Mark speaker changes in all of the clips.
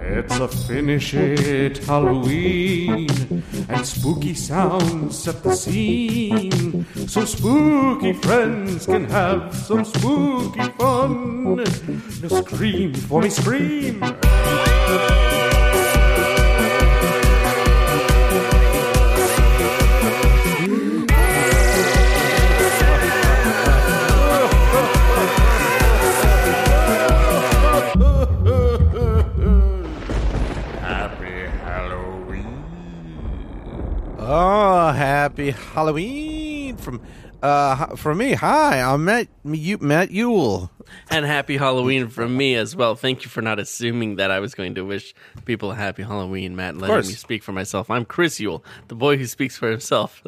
Speaker 1: It's a finish it Halloween, and spooky sounds set the scene. So spooky friends can have some spooky fun. Now scream for me, scream! Happy Halloween!
Speaker 2: Oh, happy Halloween from uh h- from me. Hi, I'm Matt you Matt Yule.
Speaker 3: And happy Halloween from me as well. Thank you for not assuming that I was going to wish people a happy Halloween, Matt, and letting
Speaker 2: course.
Speaker 3: me speak for myself. I'm Chris Yule, the boy who speaks for himself,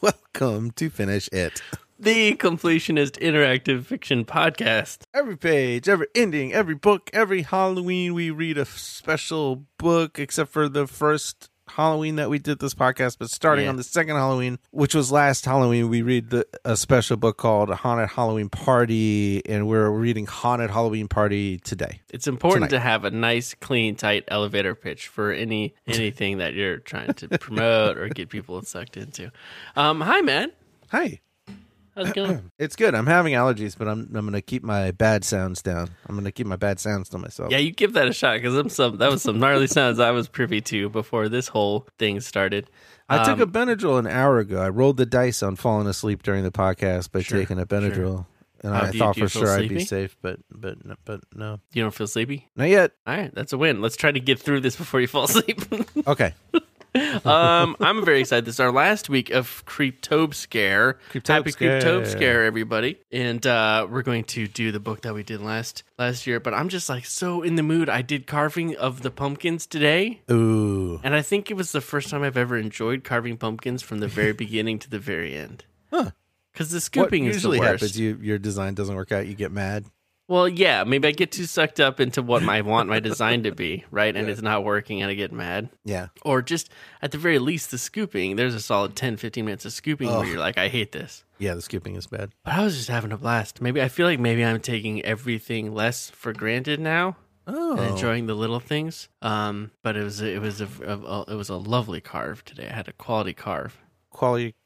Speaker 2: Welcome to Finish It.
Speaker 3: the completionist interactive fiction podcast.
Speaker 2: Every page, every ending, every book, every Halloween we read a f- special book except for the first Halloween that we did this podcast, but starting
Speaker 3: Yeah.
Speaker 2: on the second Halloween, which was last Halloween, we read the, a special book called Haunted Halloween Party, and we're reading Haunted Halloween Party today.
Speaker 3: It's important
Speaker 2: Tonight.
Speaker 3: to have a nice, clean, tight elevator pitch for any anything that you're trying to promote or get people sucked into. Um, hi, Matt.
Speaker 2: Hi.
Speaker 3: How's it going?
Speaker 2: It's good. I'm having allergies, but I'm I'm gonna keep my bad sounds down. I'm gonna keep my bad sounds to myself.
Speaker 3: Yeah, you give that a shot because I'm some. That was some gnarly sounds I was privy to before this whole thing started.
Speaker 2: I took
Speaker 3: um,
Speaker 2: a Benadryl an hour ago. I rolled the dice on falling asleep during the podcast by taking a Benadryl, and
Speaker 3: How
Speaker 2: I
Speaker 3: Uh, do you-
Speaker 2: thought
Speaker 3: do you
Speaker 2: for
Speaker 3: feel
Speaker 2: sure I'd
Speaker 3: sleepy?
Speaker 2: be safe, but but n- but no,
Speaker 3: You don't feel sleepy?
Speaker 2: not yet.
Speaker 3: All right, that's a win. Let's try to get through this before you fall asleep.
Speaker 2: Okay,
Speaker 3: um, I'm very excited. This is our last week of Creeptobe Scare.
Speaker 2: Creeptobe
Speaker 3: Happy
Speaker 2: Scare.
Speaker 3: Creeptobe Scare, everybody! And uh, we're going to do the book that we did last last year. But I'm just like so in the mood. I did carving of the pumpkins today,
Speaker 2: ooh,
Speaker 3: and I think it was the first time I've ever enjoyed carving pumpkins from the very beginning to the very end.
Speaker 2: Huh.
Speaker 3: Because the scooping
Speaker 2: what
Speaker 3: is the
Speaker 2: usually
Speaker 3: worst.
Speaker 2: happens? You your design doesn't work out. You get mad.
Speaker 3: Well, yeah, maybe I get too sucked up into what I want my design to be, right? And it's not working, and I get mad.
Speaker 2: Yeah,
Speaker 3: or just at the very least the scooping there's a solid 10 15 minutes of scooping where you're like i hate this
Speaker 2: yeah. The scooping is bad.
Speaker 3: but i was just having a blast maybe i feel like maybe i'm taking everything less for granted now
Speaker 2: Oh,
Speaker 3: and enjoying the little things um but it was a- it was a, a, a it was a lovely carve today i had a quality carve
Speaker 2: quality,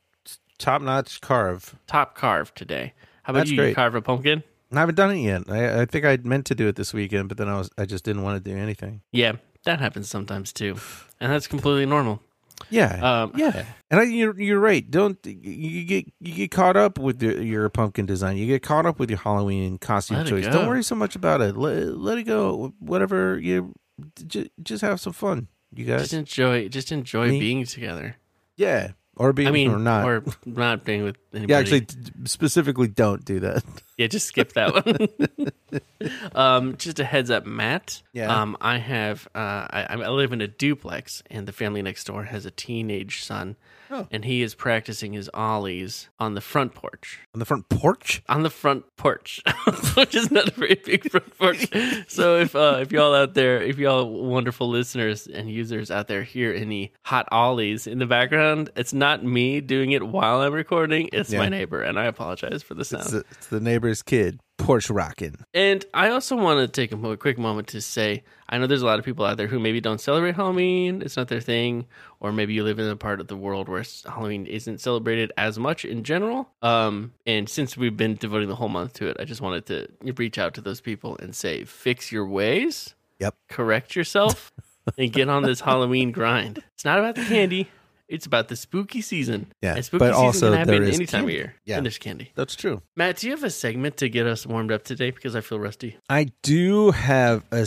Speaker 2: top notch carve.
Speaker 3: top carve today how about
Speaker 2: That's
Speaker 3: you you
Speaker 2: great.
Speaker 3: carve a pumpkin
Speaker 2: And I haven't done it yet. I, I think I meant to do it this weekend, but then I was I just didn't want to do anything.
Speaker 3: yeah that happens sometimes too and that's completely normal
Speaker 2: Yeah,
Speaker 3: Um,
Speaker 2: yeah. And I, you're you're right. Don't you get you get caught up with your, your pumpkin design? You get caught up with your Halloween costume
Speaker 3: Let it
Speaker 2: choice.
Speaker 3: go.
Speaker 2: Don't worry so much about it. Let, let it go. Whatever you just, just have some fun, you guys.
Speaker 3: just enjoy just enjoy
Speaker 2: Me?
Speaker 3: being together
Speaker 2: yeah, or be
Speaker 3: i mean
Speaker 2: or not.
Speaker 3: or not being with anybody
Speaker 2: yeah, actually, d- specifically, don't do that.
Speaker 3: Yeah, just skip that one. um, just a heads up, Matt.
Speaker 2: Yeah.
Speaker 3: Um, I have. Uh, I, I live in a duplex, and the family next door has a teenage son,
Speaker 2: Oh.
Speaker 3: and he is practicing his ollies on the front porch.
Speaker 2: On the front porch.
Speaker 3: On the front porch, which is not a very big front porch. So if uh, if y'all out there, if y'all wonderful listeners and users out there hear any hot ollies in the background, it's not me doing it while I'm recording. It's
Speaker 2: Yeah.
Speaker 3: my neighbor, and I apologize for the sound.
Speaker 2: It's the, it's the neighbor's kid. Porch rocking.
Speaker 3: And I also want to take a mo- quick moment to say I know there's a lot of people out there who maybe don't celebrate Halloween, it's not their thing, or maybe you live in a part of the world where s- Halloween isn't celebrated as much in general. Um, and since we've been devoting the whole month to it, I just wanted to reach out to those people and say, fix your ways,
Speaker 2: Yep.
Speaker 3: correct yourself, and get on this Halloween grind. It's not about the candy. It's about the spooky season.
Speaker 2: Yeah,
Speaker 3: and spooky
Speaker 2: but
Speaker 3: season
Speaker 2: also
Speaker 3: can happen
Speaker 2: there is
Speaker 3: any time of
Speaker 2: candy.
Speaker 3: year.
Speaker 2: Yeah.
Speaker 3: and there's candy.
Speaker 2: That's true.
Speaker 3: Matt, do you have a segment to get us warmed up today? Because I feel rusty.
Speaker 2: I do have a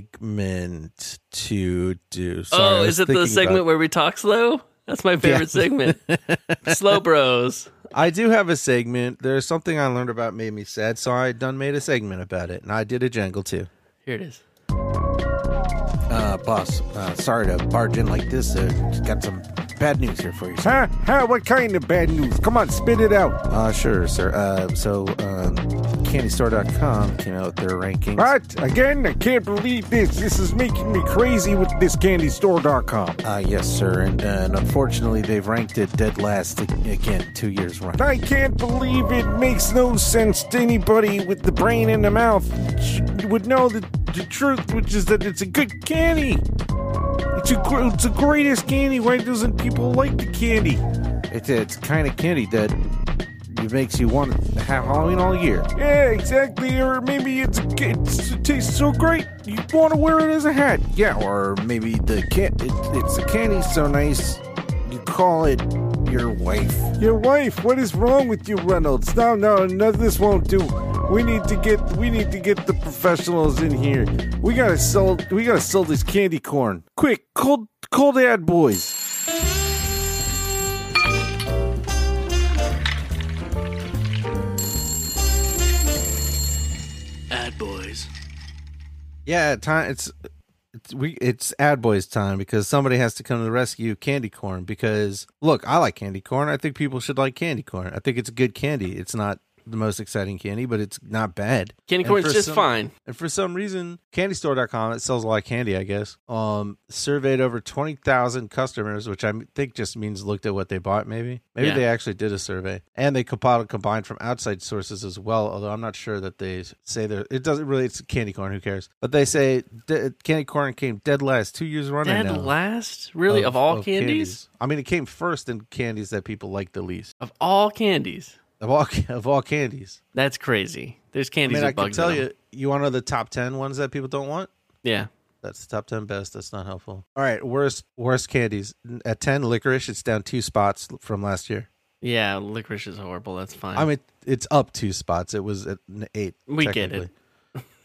Speaker 2: segment to do. Sorry, I
Speaker 3: oh,
Speaker 2: was
Speaker 3: is it the
Speaker 2: thinking
Speaker 3: segment
Speaker 2: about-
Speaker 3: where we talk slow? That's my favorite segment. slow bros.
Speaker 2: I do have a segment. There's something I learned about made me sad, so I done made a segment about it, and I did a jangle too.
Speaker 3: Here it is.
Speaker 2: Uh, boss, uh, sorry to barge in like this. Uh, got some
Speaker 4: bad news here for you. sir.
Speaker 5: Huh? Huh? What kind of bad news? Come on, spit it out.
Speaker 2: Uh, sure, sir. Uh, so, um, CandyStore.com came out with their rankings.
Speaker 5: What? Again? I can't believe this. This is making me crazy with this candystore.com.
Speaker 2: Uh, yes, sir. And, and unfortunately, they've ranked it dead last a- again, two years running.
Speaker 5: I can't believe it makes no sense to anybody with the brain and the mouth sh- would know the, the truth, which is that it's a good candy. It's a, gr- it's the greatest candy. Why doesn't people like the candy?
Speaker 2: It's, it's kind of candy that it makes you want to have Halloween all year.
Speaker 5: Yeah, exactly. Or maybe it's, it's it tastes so great you want to wear it as a hat.
Speaker 2: Yeah, or maybe the can- it, it's the candy so nice you call it your wife.
Speaker 5: Your wife, what is wrong with you, Reynolds? No, no, no, this won't do. We need to get we need to get the professionals in here. We gotta sell we gotta sell this candy corn. Quick, cold cold ad boys.
Speaker 3: Ad boys.
Speaker 2: Yeah, time it's it's we it's ad boys time because somebody has to come to the rescue of candy corn because look, I like candy corn. I think people should like candy corn. I think it's good candy. It's not the most exciting candy, but it's not bad.
Speaker 3: Candy
Speaker 2: And
Speaker 3: corn's
Speaker 2: for
Speaker 3: just
Speaker 2: some-
Speaker 3: fine.
Speaker 2: And for some reason, candystore.com, it sells a lot of candy, I guess. Um, surveyed over 20,000 customers, which I think just means looked at what they bought, maybe. Maybe
Speaker 3: Yeah.
Speaker 2: they actually did a survey. And they compiled and combined from outside sources as well, although I'm not sure that they say they're, it doesn't really, it's candy corn, who cares? But they say de- candy corn came dead last two years running.
Speaker 3: Dead
Speaker 2: now
Speaker 3: last? Really? Of, all candies?
Speaker 2: I mean, it came first in candies that people like the least.
Speaker 3: Of all candies.
Speaker 2: Of all, of all candies.
Speaker 3: That's crazy. There's
Speaker 2: I
Speaker 3: candies
Speaker 2: mean,
Speaker 3: with
Speaker 2: I can
Speaker 3: bugs in
Speaker 2: tell
Speaker 3: them.
Speaker 2: you, you want to know the top 10 ones that people don't want?
Speaker 3: Yeah.
Speaker 2: That's the top ten best. That's not helpful. All right, worst worst candies N- at ten. Licorice. It's down two spots l- from last year.
Speaker 3: Yeah, licorice is horrible. That's fine.
Speaker 2: I mean, it's up two spots. It was at n- eight.
Speaker 3: We get
Speaker 2: technically.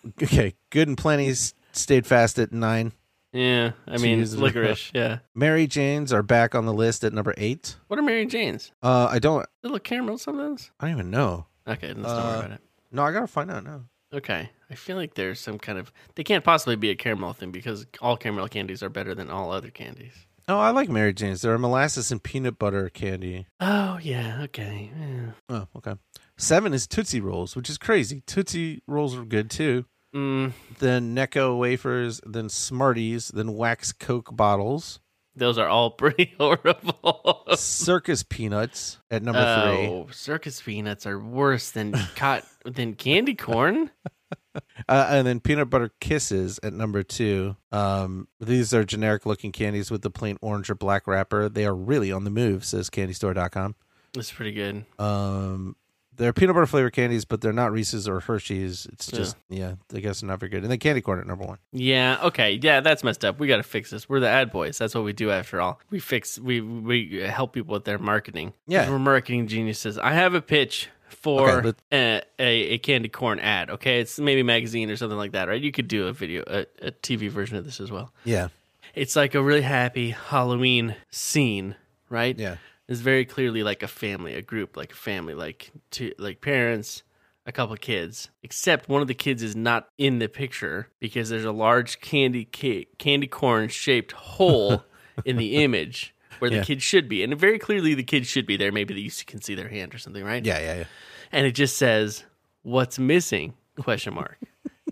Speaker 2: Okay, good and plenty s- stayed fast at nine.
Speaker 3: yeah, I mean,
Speaker 2: Jesus.
Speaker 3: licorice. Yeah.
Speaker 2: Mary Janes are back on the list at number eight.
Speaker 3: What are Mary Jane's?
Speaker 2: Uh, I don't.
Speaker 3: Little caramel sometimes?
Speaker 2: I don't even know.
Speaker 3: Okay, let's not
Speaker 2: Uh,
Speaker 3: worry about it.
Speaker 2: No, I gotta find out now.
Speaker 3: Okay. I feel like there's some kind of. They can't possibly be a caramel thing because all caramel candies are better than all other candies.
Speaker 2: Oh, I like Mary Janes. They're a molasses and peanut butter candy.
Speaker 3: Oh, yeah. Okay. yeah.
Speaker 2: Oh, okay. Seven is Tootsie Rolls, which is crazy. Tootsie Rolls are good too.
Speaker 3: Mm,
Speaker 2: then Necco wafers, then Smarties, then Wax Coke bottles,
Speaker 3: those are all pretty horrible.
Speaker 2: Circus peanuts at number three.
Speaker 3: Oh, circus peanuts are worse than cot than candy corn.
Speaker 2: Uh, and then peanut butter kisses at number two. Um, these are generic looking candies with the plain orange or black wrapper. They are really on the move, says candystore.com.
Speaker 3: That's pretty good.
Speaker 2: Um, they're peanut butter flavored candies, but they're not Reese's or Hershey's. It's
Speaker 3: Yeah.
Speaker 2: just, yeah, I guess they're not very good. And then candy corn at number one.
Speaker 3: Yeah. Okay. Yeah, that's messed up. We got to fix this. We're the ad boys. That's what we do after all. We fix. We we help people with their marketing. 'Cause
Speaker 2: Yeah.
Speaker 3: We're marketing geniuses. I have a pitch for
Speaker 2: Okay, but-
Speaker 3: a, a a candy corn ad. Okay, it's maybe magazine or something like that, right? You could do a video, a, a TV version of this as well.
Speaker 2: Yeah.
Speaker 3: It's like a really happy Halloween scene, right?
Speaker 2: Yeah.
Speaker 3: is very clearly like a family, a group, like a family, like two, like parents, a couple kids. Except one of the kids is not in the picture because there's a large candy ca- candy corn shaped hole in the image where the
Speaker 2: Yeah.
Speaker 3: kid should be, and very clearly the kid should be there. Maybe that you can see their hand or something, right?
Speaker 2: Yeah. Yeah. yeah.
Speaker 3: and it just says what's missing question mark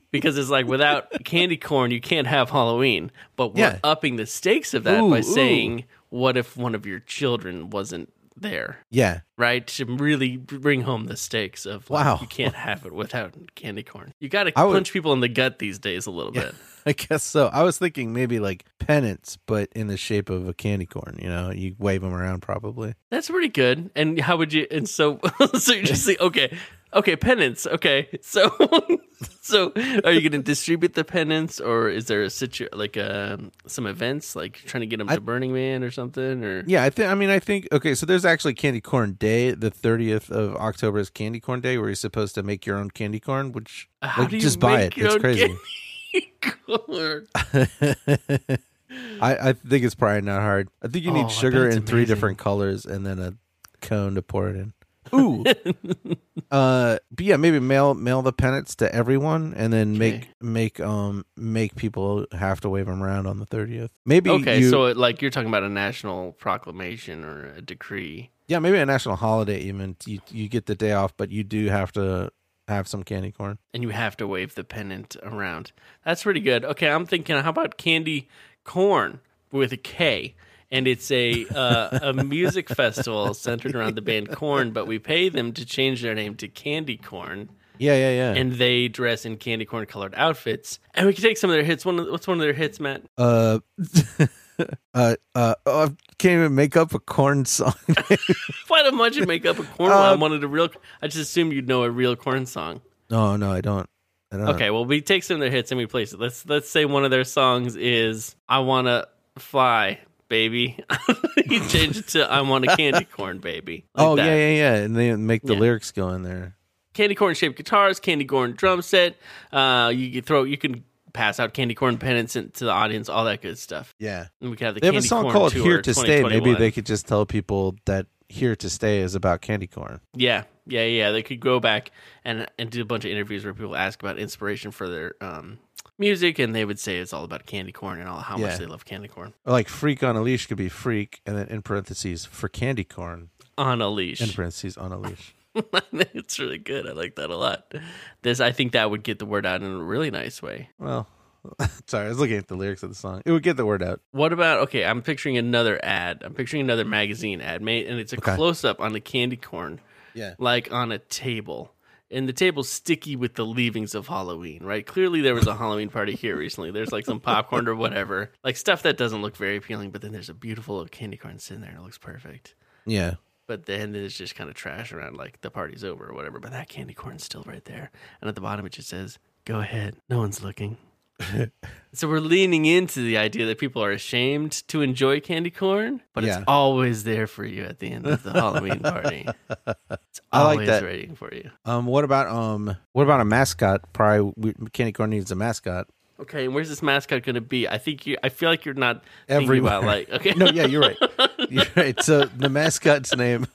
Speaker 3: because it's like without candy corn you can't have halloween but we're
Speaker 2: Yeah.
Speaker 3: upping the stakes of that
Speaker 2: Ooh,
Speaker 3: by
Speaker 2: ooh.
Speaker 3: saying what if one of your children wasn't there
Speaker 2: Yeah.
Speaker 3: right to really bring home the stakes of like,
Speaker 2: Wow.
Speaker 3: you can't have it without candy corn you gotta
Speaker 2: I would-
Speaker 3: punch people in the gut these days a little bit
Speaker 2: I guess so. I was thinking maybe like pennants, but in the shape of a candy corn. You know, you wave them around probably.
Speaker 3: That's pretty good. And how would you? And so, so you just say, okay, okay, penance. Okay, so, so are you going to distribute the penance, or is there a situ like um some events like trying to get them
Speaker 2: I-
Speaker 3: to Burning Man or something? Or
Speaker 2: Yeah, I think. I mean, I think. Okay, so there's actually Candy Corn Day. The 30th of October is Candy Corn Day, where you're supposed to make your own candy corn. Which
Speaker 3: How
Speaker 2: like,
Speaker 3: do you
Speaker 2: just buy it.
Speaker 3: make your
Speaker 2: It's
Speaker 3: own
Speaker 2: crazy.
Speaker 3: candy?
Speaker 2: I, I think it's probably not hard. I think you
Speaker 3: Oh,
Speaker 2: need
Speaker 3: I bet
Speaker 2: sugar
Speaker 3: it's
Speaker 2: in three
Speaker 3: amazing.
Speaker 2: different colors and then a cone to pour it in. Ooh. uh, but yeah, maybe mail mail the pennants to everyone, and then
Speaker 3: Okay.
Speaker 2: make make um make people have to wave them around on the thirtieth. Maybe
Speaker 3: Okay,
Speaker 2: you-
Speaker 3: so it, like you're talking about a national proclamation or a decree.
Speaker 2: yeah, maybe a national holiday. Even you you get the day off, but you do have to have some candy corn.
Speaker 3: and you have to wave the pennant around. That's pretty good. Okay, I'm thinking, how about candy corn with a K? And it's a uh, a music festival centered around the band Corn, but we pay them to change their name to Candy Corn,
Speaker 2: Yeah, yeah, yeah.
Speaker 3: and they dress in candy corn colored outfits. And we can take some of their hits. One, of, what's one of their hits, Matt?
Speaker 2: uh, uh, uh, oh, I can't even make up a corn song.
Speaker 3: Why don't you make up a corn one? I wanted a real. I just assumed you'd know a real corn song.
Speaker 2: no, no, I don't. I don't.
Speaker 3: Okay, well, we take some of their hits and we place it. Let's let's say one of their songs is "I Wanna Fly, Baby." you change it to "I Want a Candy Corn, Baby." Like
Speaker 2: oh
Speaker 3: that.
Speaker 2: yeah, yeah, yeah. And they make the
Speaker 3: Yeah.
Speaker 2: lyrics go in there.
Speaker 3: Candy corn shaped guitars, candy corn drum set. Uh, you can throw, you can pass out candy corn pennants in- to the audience, all that good stuff.
Speaker 2: Yeah.
Speaker 3: And we can have the
Speaker 2: they have
Speaker 3: candy
Speaker 2: a song
Speaker 3: corn
Speaker 2: called
Speaker 3: tour
Speaker 2: "Here to Stay." Maybe
Speaker 3: 2021.
Speaker 2: they could just tell people that "Here to Stay" is about candy corn.
Speaker 3: Yeah, yeah, yeah. They could go back and and do a bunch of interviews where people ask about inspiration for their um, music, and they would say it's all about candy corn and all how
Speaker 2: Yeah.
Speaker 3: much they love candy corn
Speaker 2: Or like "Freak on a Leash" could be "Freak" and then in parentheses for candy corn
Speaker 3: on a leash.
Speaker 2: in parentheses on a leash.
Speaker 3: it's really good. I like that a lot. This, I think, that would get the word out in a really nice way.
Speaker 2: Well, sorry, I was looking at the lyrics of the song. It would get the word out.
Speaker 3: What about? Okay, I'm picturing another ad. I'm picturing another magazine ad, mate, and it's a
Speaker 2: Okay.
Speaker 3: close up on a candy corn,
Speaker 2: Yeah.
Speaker 3: like on a table, and the table's sticky with the leavings of Halloween. Right? Clearly, there was a Halloween party here recently. There's like some popcorn or whatever, like stuff that doesn't look very appealing. But then there's a beautiful little candy corn sitting there. and It looks perfect.
Speaker 2: Yeah.
Speaker 3: But then there's just kind of trash around, like the party's over or whatever. But that candy corn's still right there. And at the bottom, it just says, go ahead. No one's looking. so we're leaning into the idea that people are ashamed to enjoy candy corn, but
Speaker 2: Yeah.
Speaker 3: it's always there for you at the end of the Halloween party. It's
Speaker 2: I like
Speaker 3: always
Speaker 2: that.
Speaker 3: waiting for you.
Speaker 2: Um. What about um? What about a mascot? Probably we, candy corn needs a mascot.
Speaker 3: Okay, and where's this mascot going to be? I think you, I feel like you're not thinking
Speaker 2: Everywhere.
Speaker 3: about like, okay.
Speaker 2: No, yeah, you're right. You're right. So the mascot's name,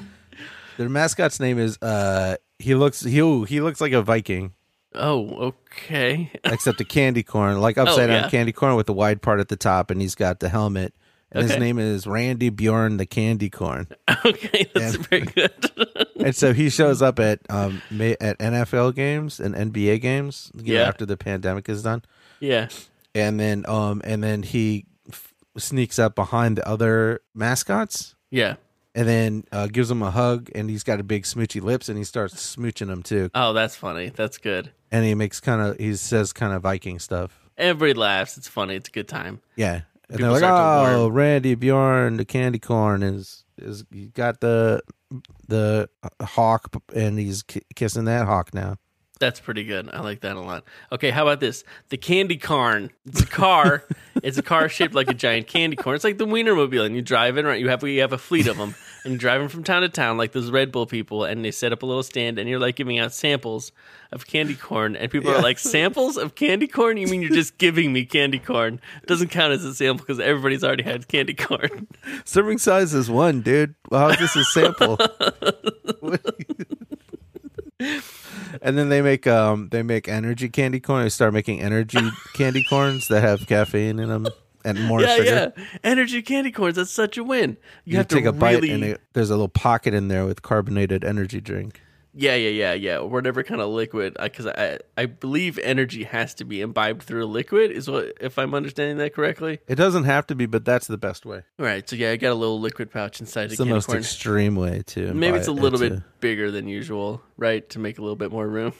Speaker 2: their mascot's name is uh. He looks he ooh, he looks like a Viking,
Speaker 3: Oh, okay.
Speaker 2: except a candy corn, like upside down
Speaker 3: Oh, yeah.
Speaker 2: candy corn with the wide part at the top, and he's got the helmet. And his
Speaker 3: Okay.
Speaker 2: name is Randy Bjorn the Candy Corn.
Speaker 3: okay, that's
Speaker 2: Yeah.
Speaker 3: very good.
Speaker 2: and so he shows up at um ma- at NFL games and NBA games you know,
Speaker 3: Yeah.
Speaker 2: after the pandemic is done.
Speaker 3: yeah.
Speaker 2: And then um and then he f- sneaks up behind the other mascots
Speaker 3: Yeah.
Speaker 2: and then uh, gives him a hug, and he's got a big smoochy lips, and he starts smooching him too,
Speaker 3: Oh, that's funny. That's good.
Speaker 2: and he makes kind of he says kind of Viking stuff.
Speaker 3: Everybody laughs. It's funny. It's a good time.
Speaker 2: Yeah, and
Speaker 3: People
Speaker 2: they're
Speaker 3: start
Speaker 2: like,
Speaker 3: to
Speaker 2: "Oh,
Speaker 3: learn."
Speaker 2: Randy Bjorn, the candy corn is is he got the the hawk, and he's ki- kissing that hawk now."
Speaker 3: That's pretty good. I like that a lot. Okay, how about this? The candy carn. It's a car. it's a car shaped like a giant candy corn. It's like the Wienermobile, and you drive it right. You have you have a fleet of them, and you drive them from town to town like those Red Bull people, and they set up a little stand, and you're like giving out samples of candy corn, and people are like, "Samples of candy corn? You mean you're just giving me candy corn? Doesn't count as a sample because everybody's already had candy corn."
Speaker 2: Serving size is one, dude. Well, how's this a sample? and then they make um they make energy candy corn. They start making energy candy corns that have caffeine in them and more
Speaker 3: yeah,
Speaker 2: sugar.
Speaker 3: yeah. Energy candy corns. That's such a win. You,
Speaker 2: You,
Speaker 3: have
Speaker 2: take
Speaker 3: to
Speaker 2: a bite
Speaker 3: really-
Speaker 2: and it, there's a little pocket in there with carbonated energy drink.
Speaker 3: Yeah, yeah, yeah, yeah. Or whatever kind of liquid, because I, I believe energy has to be imbibed through a liquid. Is what if I'm understanding that correctly?
Speaker 2: It doesn't have to be, but that's the best way.
Speaker 3: All right. So yeah, I got a little liquid pouch inside
Speaker 2: It's
Speaker 3: the
Speaker 2: the
Speaker 3: candy
Speaker 2: most
Speaker 3: corn.
Speaker 2: extreme way to.
Speaker 3: Maybe
Speaker 2: imbibe
Speaker 3: it's a little
Speaker 2: into-
Speaker 3: bit bigger than usual, right? To make a little bit more room.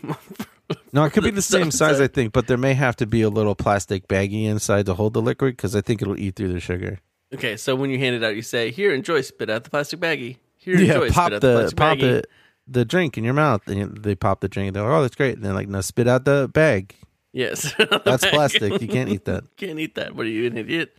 Speaker 2: No, it could be the same size,
Speaker 3: inside.
Speaker 2: I think, but there may have to be a little plastic baggie inside to hold the liquid because I think it'll eat through the sugar.
Speaker 3: okay. So when you hand it out, you say, "Here, enjoy. Spit out the plastic baggie. Here, enjoy.
Speaker 2: pop
Speaker 3: spit out
Speaker 2: the
Speaker 3: plastic
Speaker 2: pop
Speaker 3: baggie."
Speaker 2: the, the drink in your mouth, and you- they pop the drink. And they're like, "Oh, that's great!" And they're like, "No, spit out the bag.
Speaker 3: Yes.
Speaker 2: That's plastic. You can't eat that."
Speaker 3: Can't eat that. What are you an idiot?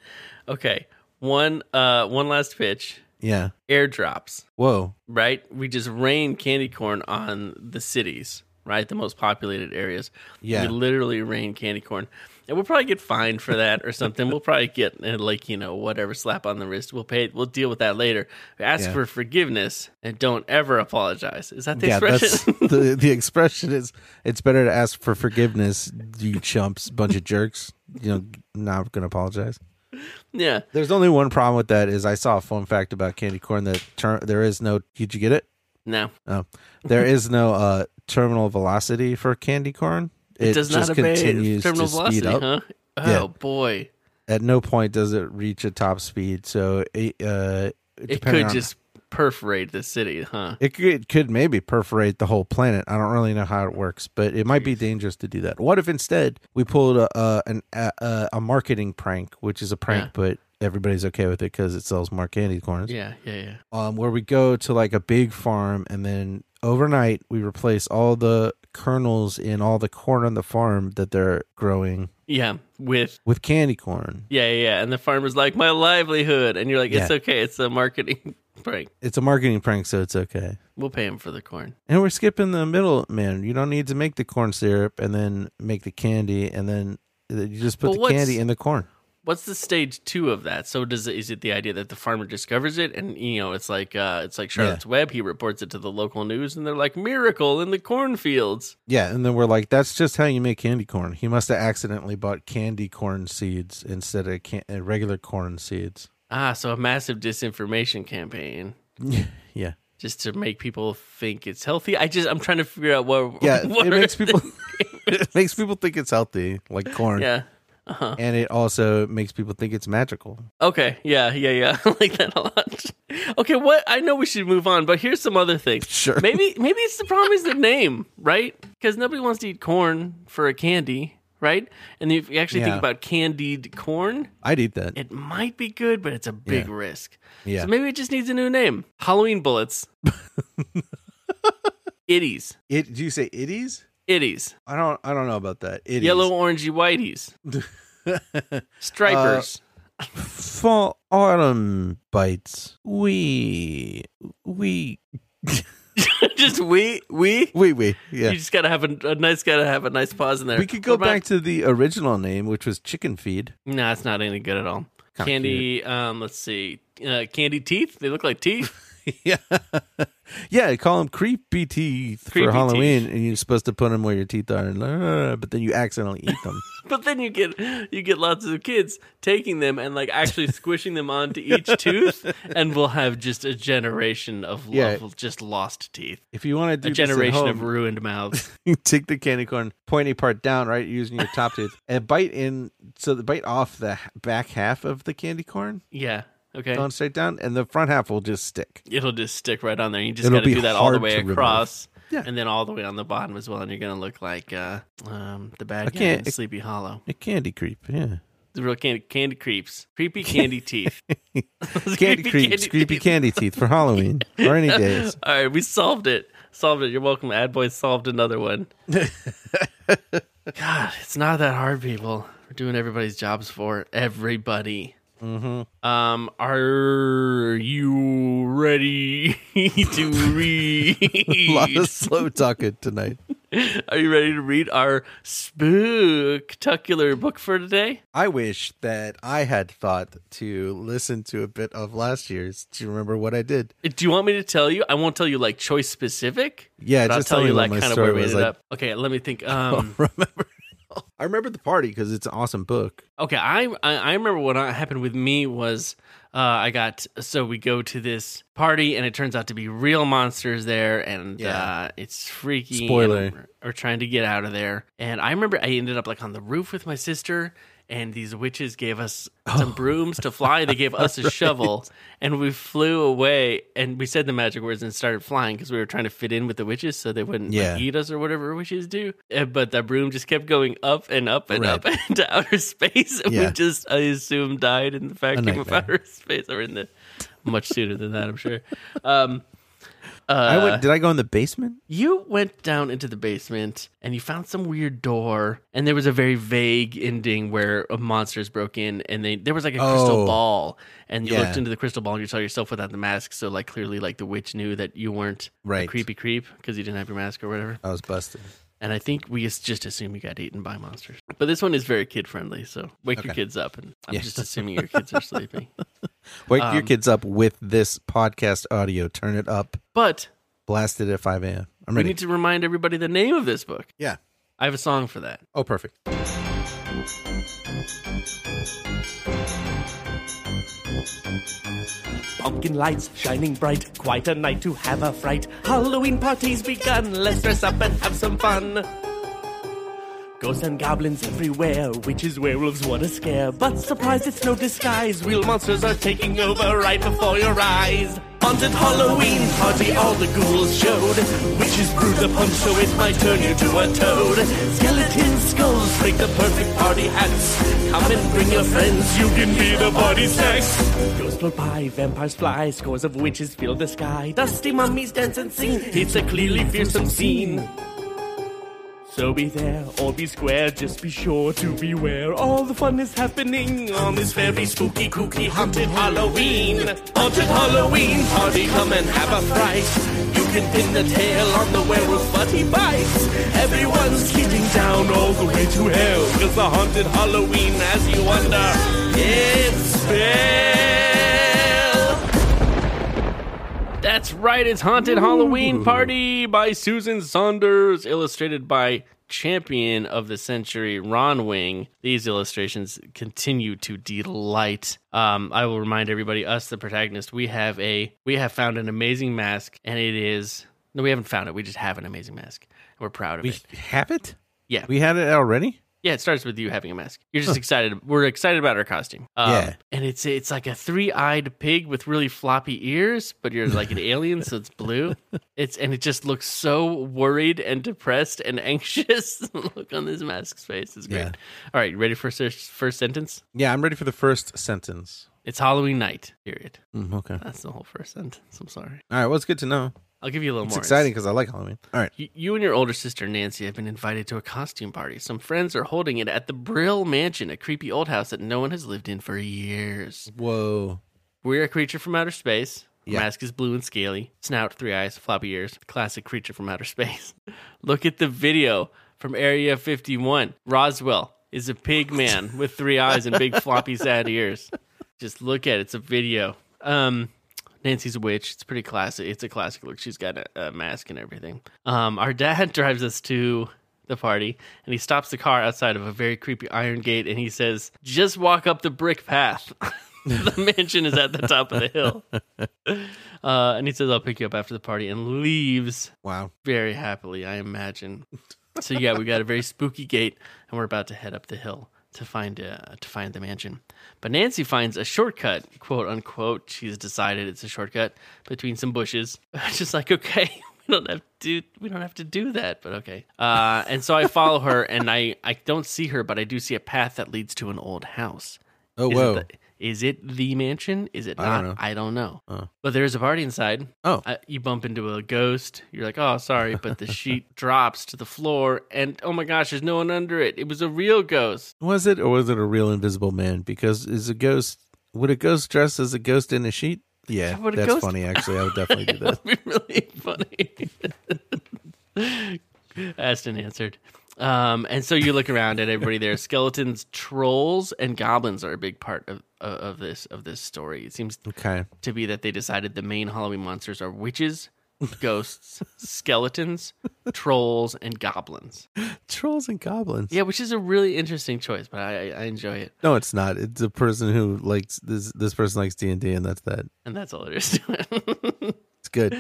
Speaker 3: Okay. One. Uh. One last pitch.
Speaker 2: Yeah.
Speaker 3: Airdrops.
Speaker 2: Whoa.
Speaker 3: right? We just rain candy corn on the cities, right? The most populated areas.
Speaker 2: Yeah.
Speaker 3: We literally rain candy corn. and we'll probably get fined for that or something. we'll probably get uh, like you know whatever slap on the wrist. We'll pay. We'll deal with that later. Ask
Speaker 2: Yeah.
Speaker 3: for forgiveness and don't ever apologize. Is that the
Speaker 2: yeah, that's
Speaker 3: expression?
Speaker 2: the the expression is it's better to ask for forgiveness, you chumps, bunch of jerks. You know, not gonna apologize.
Speaker 3: yeah.
Speaker 2: There's only one problem with that is I saw a fun fact about candy corn that ter- there is no. Did you get it?
Speaker 3: No.
Speaker 2: Oh, there is no uh, terminal velocity for candy corn. It,
Speaker 3: Does not
Speaker 2: just
Speaker 3: obey
Speaker 2: continues
Speaker 3: terminal
Speaker 2: to
Speaker 3: velocity,
Speaker 2: speed up.
Speaker 3: huh? Oh
Speaker 2: Yeah.
Speaker 3: boy.
Speaker 2: At no point does it reach a top speed. So it, uh,
Speaker 3: It
Speaker 2: depending
Speaker 3: could
Speaker 2: on-
Speaker 3: just perforate the city, huh?
Speaker 2: It could, it could maybe perforate the whole planet. I don't really know how it works, but it might be dangerous to do that. What if instead we pulled a a, an, a, a- a marketing prank, which is a prank,
Speaker 3: Yeah.
Speaker 2: but everybody's okay with it because it sells more candy corns.
Speaker 3: Yeah, yeah, yeah.
Speaker 2: Um, where we go to like a big farm, and then overnight we replace all the kernels in all the corn on the farm that they're growing
Speaker 3: Yeah, with
Speaker 2: with candy corn.
Speaker 3: yeah, yeah, yeah. And the farmer's like, my livelihood, and you're like, it's
Speaker 2: Yeah.
Speaker 3: okay, it's a marketing prank.
Speaker 2: It's a marketing prank, so it's okay.
Speaker 3: We'll pay him for the corn.
Speaker 2: And we're skipping the middle, man. You don't need to make the corn syrup and then make the candy and then you just put
Speaker 3: But
Speaker 2: the
Speaker 3: what's-
Speaker 2: candy in the corn.
Speaker 3: What's the stage two of that? So does it, is it the idea that the farmer discovers it, and you know, it's like uh, it's like Charlotte's Web. He reports it to the local news, and they're like, miracle in the cornfields.
Speaker 2: Yeah, and then we're like, that's just how you make candy corn. He must have accidentally bought candy corn seeds instead of can- uh, regular corn seeds.
Speaker 3: Ah, so a massive disinformation campaign.
Speaker 2: yeah.
Speaker 3: Just to make people think it's healthy. I just I'm trying to figure out what.
Speaker 2: Yeah,
Speaker 3: what
Speaker 2: it makes
Speaker 3: are-
Speaker 2: people it makes people think it's healthy, like corn.
Speaker 3: Yeah.
Speaker 2: And it also makes people think it's magical.
Speaker 3: Okay. Yeah. Yeah. Yeah. I like that a lot. Okay. What I know we should move on, but here's some other things.
Speaker 2: Sure.
Speaker 3: Maybe maybe it's the problem is the name, right? Because nobody wants to eat corn for a candy, right? And if you actually think
Speaker 2: Yeah.
Speaker 3: about candied corn,
Speaker 2: I'd eat that.
Speaker 3: it might be good, but it's a big
Speaker 2: Yeah.
Speaker 3: risk.
Speaker 2: Yeah.
Speaker 3: So maybe it just needs a new name. Halloween bullets. Itties.
Speaker 2: It, do you say itties?
Speaker 3: Itties.
Speaker 2: I don't I don't know about that. Itties.
Speaker 3: Yellow, orangey, whiteys.
Speaker 2: Uh,
Speaker 3: Stripers.
Speaker 2: fall autumn bites. We we
Speaker 3: just we we.
Speaker 2: we we yeah.
Speaker 3: You just gotta have a, a nice gotta have a nice pause in there.
Speaker 2: We could go
Speaker 3: What about-
Speaker 2: back to the original name, which was chicken feed.
Speaker 3: No, it's not any good at all.
Speaker 2: Kinda
Speaker 3: candy, um, let's see, uh, candy teeth. They look like teeth.
Speaker 2: yeah, yeah. Call them creepy teeth
Speaker 3: Creepy
Speaker 2: for Halloween, and you're supposed to put them where your teeth are, and, uh, but then you accidentally eat them.
Speaker 3: but then you get you get lots of kids taking them and like actually squishing them onto each tooth, and we'll have just a generation of,
Speaker 2: Yeah.
Speaker 3: of just lost teeth,
Speaker 2: if you want to do
Speaker 3: a
Speaker 2: this at
Speaker 3: generation of
Speaker 2: home,
Speaker 3: ruined mouths.
Speaker 2: you take the candy corn pointy part down, right, using your top tooth, and bite in. So the bite off the h- back half of the candy corn,
Speaker 3: yeah. Okay.
Speaker 2: going straight down, and the front half will just stick.
Speaker 3: It'll just stick right on there. You just
Speaker 2: It'll
Speaker 3: got to
Speaker 2: be
Speaker 3: do that all the
Speaker 2: hard
Speaker 3: way
Speaker 2: to remove.
Speaker 3: across.
Speaker 2: Yeah.
Speaker 3: And then all the way on the bottom as well, and you're gonna look like uh, um, the bad guy in
Speaker 2: can't-
Speaker 3: Sleepy Hollow.
Speaker 2: A candy creep, yeah.
Speaker 3: The real candy, candy creeps, creepy candy teeth. Those
Speaker 2: Candy
Speaker 3: creepy
Speaker 2: creeps, creepy
Speaker 3: teeth.
Speaker 2: candy teeth for Halloween or any days.
Speaker 3: All right, we solved it. Solved it. You're welcome. Ad Boy solved another one. God, it's not that hard, people. We're doing everybody's jobs for everybody. Mm-hmm. Um, are you ready to
Speaker 2: A lot
Speaker 3: read?
Speaker 2: of slow talking tonight.
Speaker 3: are you ready to read our spooktacular book for today?
Speaker 2: I wish that I had thought to listen to a bit of last year's. Do you remember what I did?
Speaker 3: Do you want me to tell you? I won't tell you like choice specific.
Speaker 2: Yeah,
Speaker 3: but I'll
Speaker 2: just
Speaker 3: tell
Speaker 2: tell
Speaker 3: you
Speaker 2: me what
Speaker 3: like
Speaker 2: my
Speaker 3: kind of
Speaker 2: story
Speaker 3: where we
Speaker 2: was,
Speaker 3: ended
Speaker 2: like- Oh.
Speaker 3: up. Okay, let me think. Um,
Speaker 2: Remember? I remember the party because it's an awesome book.
Speaker 3: Okay, I I I remember what happened with me was uh, I got so we go to this party and it turns out to be real monsters there and uh,
Speaker 2: Yeah.
Speaker 3: it's freaky.
Speaker 2: Spoiler.
Speaker 3: and we're- We're trying to get out of there, and I remember I ended up like on the roof with my sister. And these witches gave us
Speaker 2: Oh.
Speaker 3: some brooms to fly. They gave us a shovel, and we flew away. And we said the magic words and started flying because we were trying to fit in with the witches, so they wouldn't like,
Speaker 2: Yeah.
Speaker 3: eat us or whatever witches do. Uh, But the broom just kept going up and up and
Speaker 2: Right.
Speaker 3: up into outer space, and we
Speaker 2: Yeah.
Speaker 3: just, I assume, died in the vacuum of
Speaker 2: nightmare.
Speaker 3: outer space, or in the much sooner than that, I'm sure. Um, uh,
Speaker 2: I went. Did I go in the basement?
Speaker 3: you went down into the basement and you found some weird door, and there was a very vague ending where uh, monsters broke in, and they there was like a crystal
Speaker 2: Oh.
Speaker 3: ball, and you
Speaker 2: Yeah.
Speaker 3: looked into the crystal ball and you saw yourself without the mask, so like clearly, like the witch knew that you weren't a
Speaker 2: Right.
Speaker 3: creepy creep because you didn't have your mask or whatever.
Speaker 2: I was busted.
Speaker 3: And I think we just just assume you got eaten by monsters. But this one is very kid friendly, so wake your kids up. And I'm
Speaker 2: Yeah.
Speaker 3: just assuming your kids are sleeping.
Speaker 2: Wake your
Speaker 3: Um,
Speaker 2: kids up with this podcast audio. Turn it up.
Speaker 3: But
Speaker 2: Blast it at 5 a.m. I'm
Speaker 3: we
Speaker 2: ready.
Speaker 3: need to remind everybody the name of this book.
Speaker 2: yeah.
Speaker 3: I have a song for that.
Speaker 2: Oh, perfect.
Speaker 6: Pumpkin lights shining bright, quite a night to have a fright. Halloween party's begun, let's dress up and have some fun. Ghosts and goblins everywhere, witches, werewolves, what a scare. But surprise, it's no disguise, real monsters are taking over right before your eyes. Haunted Halloween party, all the ghouls showed. Witches brewed the punch, so it might turn you to a toad. Skeleton skulls make the perfect party hats. Come and bring your friends, you can be the party sex. Ghosts float by, vampires fly, scores of witches fill the sky. Dusty mummies dance and sing, it's a clearly fearsome scene. So be there or be square, just be sure to beware. All the fun is happening on this very spooky, kooky, haunted Halloween. Haunted Halloween party, come and have a fright. You can pin the tail on the werewolf, but he bites. Everyone's getting down all the way to hell, cause the haunted Halloween, as you wonder, it's hell.
Speaker 3: That's right, it's Haunted Halloween Party by Susan Saunders, illustrated by champion of the century Ron Wing. These illustrations continue to delight. Um, I will remind everybody, us the protagonist, we have a we have found an amazing mask, and it is no, we haven't found it. We just have an amazing mask. We're proud of
Speaker 2: We
Speaker 3: it.
Speaker 2: have it?
Speaker 3: Yeah.
Speaker 2: We had it already?
Speaker 3: Yeah, it starts with you having a mask. You're just excited. We're excited about our costume. Um,
Speaker 2: Yeah.
Speaker 3: and it's it's like a three-eyed pig with really floppy ears, but you're like an alien, so it's blue. It's and it just looks so worried and depressed and anxious. The Look on this mask's face is great.
Speaker 2: Yeah.
Speaker 3: All right, you ready for first, first sentence?
Speaker 2: Yeah, I'm ready for the first sentence.
Speaker 3: It's Halloween night. Period.
Speaker 2: Mm, okay. All
Speaker 3: That's the whole first sentence. I'm sorry.
Speaker 2: right. Well, it's good to know.
Speaker 3: I'll give you a little
Speaker 2: It's
Speaker 3: more.
Speaker 2: exciting because I like Halloween. All right.
Speaker 3: You, you and your older sister Nancy have been invited to a costume party. Some friends are holding it at the Brill Mansion, a creepy old house that no one has lived in for years.
Speaker 2: Whoa.
Speaker 3: We're a creature from outer space.
Speaker 2: Yeah.
Speaker 3: Mask is blue and scaly, snout, three eyes, floppy ears. Classic creature from outer space. Look at the video from Area 51. Roswell is a pig man with three eyes and big floppy sad ears. Just look at it. It's a video. Um, Nancy's a witch. It's pretty classic. It's a classic look. She's got a, a mask and everything. Um, our dad drives us to the party and he stops the car outside of a very creepy iron gate and he says, Just walk up the brick path. the mansion is at the top of the hill. Uh, and he says, I'll pick you up after the party and leaves
Speaker 2: Wow.
Speaker 3: very happily, I imagine. So yeah, we got a very spooky gate, and we're about to head up the hill to find uh, to find the mansion. But Nancy finds a shortcut, quote unquote. She's decided it's a shortcut between some bushes. Just like okay, we don't have to we don't have to do that, but okay. Uh, and so I follow her, and I I don't see her, but I do see a path that leads to an old house.
Speaker 2: Oh,
Speaker 3: Is it
Speaker 2: whoa.
Speaker 3: the- is it the mansion? Is it
Speaker 2: I
Speaker 3: not?
Speaker 2: don't know.
Speaker 3: I don't know.
Speaker 2: Oh.
Speaker 3: But there's a party inside.
Speaker 2: Oh.
Speaker 3: Uh, you bump into a ghost. You're like, oh, sorry. But the sheet drops to the floor. And oh my gosh, there's no one under it. It was a real ghost.
Speaker 2: Was it or was it a real invisible man? Because is a ghost would a ghost dress as a ghost in a sheet? Yeah,
Speaker 3: Would a
Speaker 2: that's
Speaker 3: ghost-
Speaker 2: funny. Actually, I would definitely do that.
Speaker 3: That would be really funny. Aston answered. Um, and so you look around at everybody there. Skeletons, trolls, and goblins are a big part of, of, of this of this story. It seems
Speaker 2: Okay,
Speaker 3: to be that they decided the main Halloween monsters are witches, ghosts, skeletons, trolls, and goblins.
Speaker 2: trolls and goblins.
Speaker 3: Yeah, which is a really interesting choice, but I, I enjoy it,
Speaker 2: No, it's not. It's a person who likes this. This person likes D and D, and that's that.
Speaker 3: and that's all there is to it.
Speaker 2: It's good.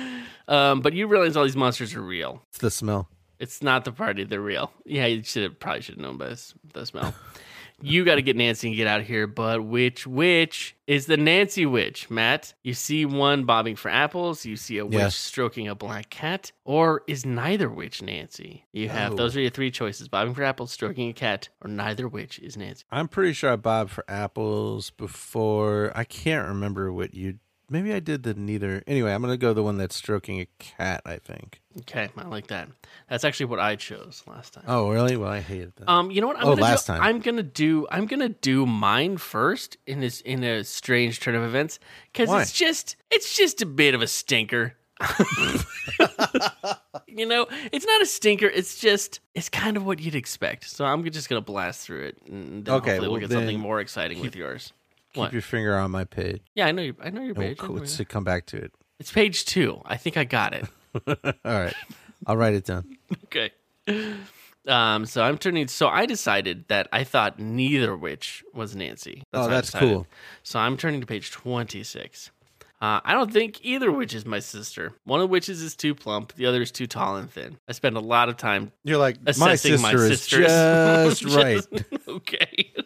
Speaker 3: um, but you realize all these monsters are real.
Speaker 2: It's the smell.
Speaker 3: It's not the party; they're real. Yeah, you should have probably should have known by this, the smell. you got to get Nancy and get out of here. But which witch is the Nancy witch, Matt? You see one bobbing for apples. You see a witch
Speaker 2: Yes.
Speaker 3: stroking a black cat, or is neither witch Nancy? You have
Speaker 2: No.
Speaker 3: those are your three choices: bobbing for apples, stroking a cat, or neither witch is Nancy.
Speaker 2: I'm pretty sure I bobbed for apples before. I can't remember what you. Maybe I did the neither. Anyway, I'm gonna go the one that's stroking a cat. I think.
Speaker 3: Okay, I like that. That's actually what I chose last time.
Speaker 2: Oh, really? Well, I hated that.
Speaker 3: Um, you know what? I'm
Speaker 2: Oh,
Speaker 3: gonna
Speaker 2: last
Speaker 3: do,
Speaker 2: time.
Speaker 3: I'm gonna do I'm gonna do mine first in this in a strange turn of events because
Speaker 2: Why?
Speaker 3: it's just it's just a bit of a stinker. you know, it's not a stinker. It's just it's kind of what you'd expect. So I'm just gonna blast through it, and then
Speaker 2: Okay,
Speaker 3: hopefully we'll
Speaker 2: well,
Speaker 3: get
Speaker 2: then
Speaker 3: something more exciting with yours. What?
Speaker 2: Keep your finger on my page.
Speaker 3: yeah, I know. You, I know your
Speaker 2: And we'll
Speaker 3: page. I
Speaker 2: co-
Speaker 3: know
Speaker 2: to
Speaker 3: your-
Speaker 2: come back to it.
Speaker 3: It's page two. I think I got it.
Speaker 2: All right. I'll write it down.
Speaker 3: okay. Um, so I'm turning. So I decided that I thought neither witch was Nancy.
Speaker 2: Oh,
Speaker 3: how I
Speaker 2: that's
Speaker 3: decided.
Speaker 2: cool.
Speaker 3: So I'm turning to page 26. Uh, I don't think either witch is my sister. One of the witches is too plump. The other is too tall and thin. I spend a lot of time
Speaker 2: You're like my
Speaker 3: assessing
Speaker 2: sister
Speaker 3: my,
Speaker 2: is
Speaker 3: sisters.
Speaker 2: just
Speaker 3: Just-
Speaker 2: right.
Speaker 3: okay.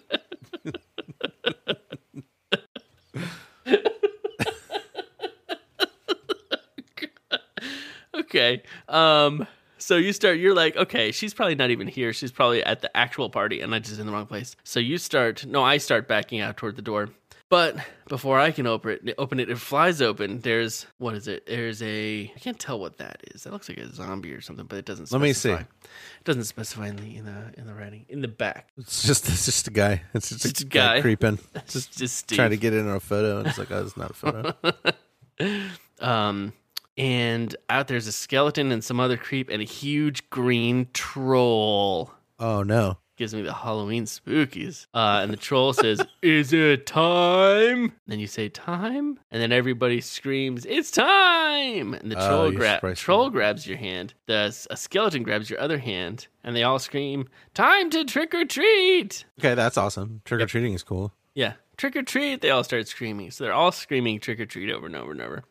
Speaker 3: okay. Um. So you start. You're like, okay, she's probably not even here. She's probably at the actual party, and I just in the wrong place. So you start. No, I start backing out toward the door. But before I can open it, open it, it flies open. There's what is it? There's a I can't tell what that is. That looks like a zombie or something, but it doesn't.
Speaker 2: Let me see.
Speaker 3: specify. It doesn't specify in the in the in the writing in the back.
Speaker 2: It's just it's just a guy. It's just,
Speaker 3: Just
Speaker 2: a
Speaker 3: a
Speaker 2: guy,
Speaker 3: guy.
Speaker 2: creeping. Just
Speaker 3: Just just Steve.
Speaker 2: trying to get in on a photo and it's like, oh, it's not a photo.
Speaker 3: Um, and out there's a skeleton and some other creep and a huge green troll.
Speaker 2: oh no.
Speaker 3: Gives me the Halloween spookies. Uh, and the troll says, Is it time? Then you say, Time? And then everybody screams, It's time! And the
Speaker 2: Oh,
Speaker 3: troll,
Speaker 2: you
Speaker 3: gra-
Speaker 2: surprised
Speaker 3: troll
Speaker 2: me.
Speaker 3: grabs your hand, the, s- a skeleton grabs your other hand, and they all scream, Time to trick or treat!
Speaker 2: Okay, that's awesome. Trick or treating is cool.
Speaker 3: Yeah, trick or treat, they all start screaming. So they're all screaming trick or treat over and over and over.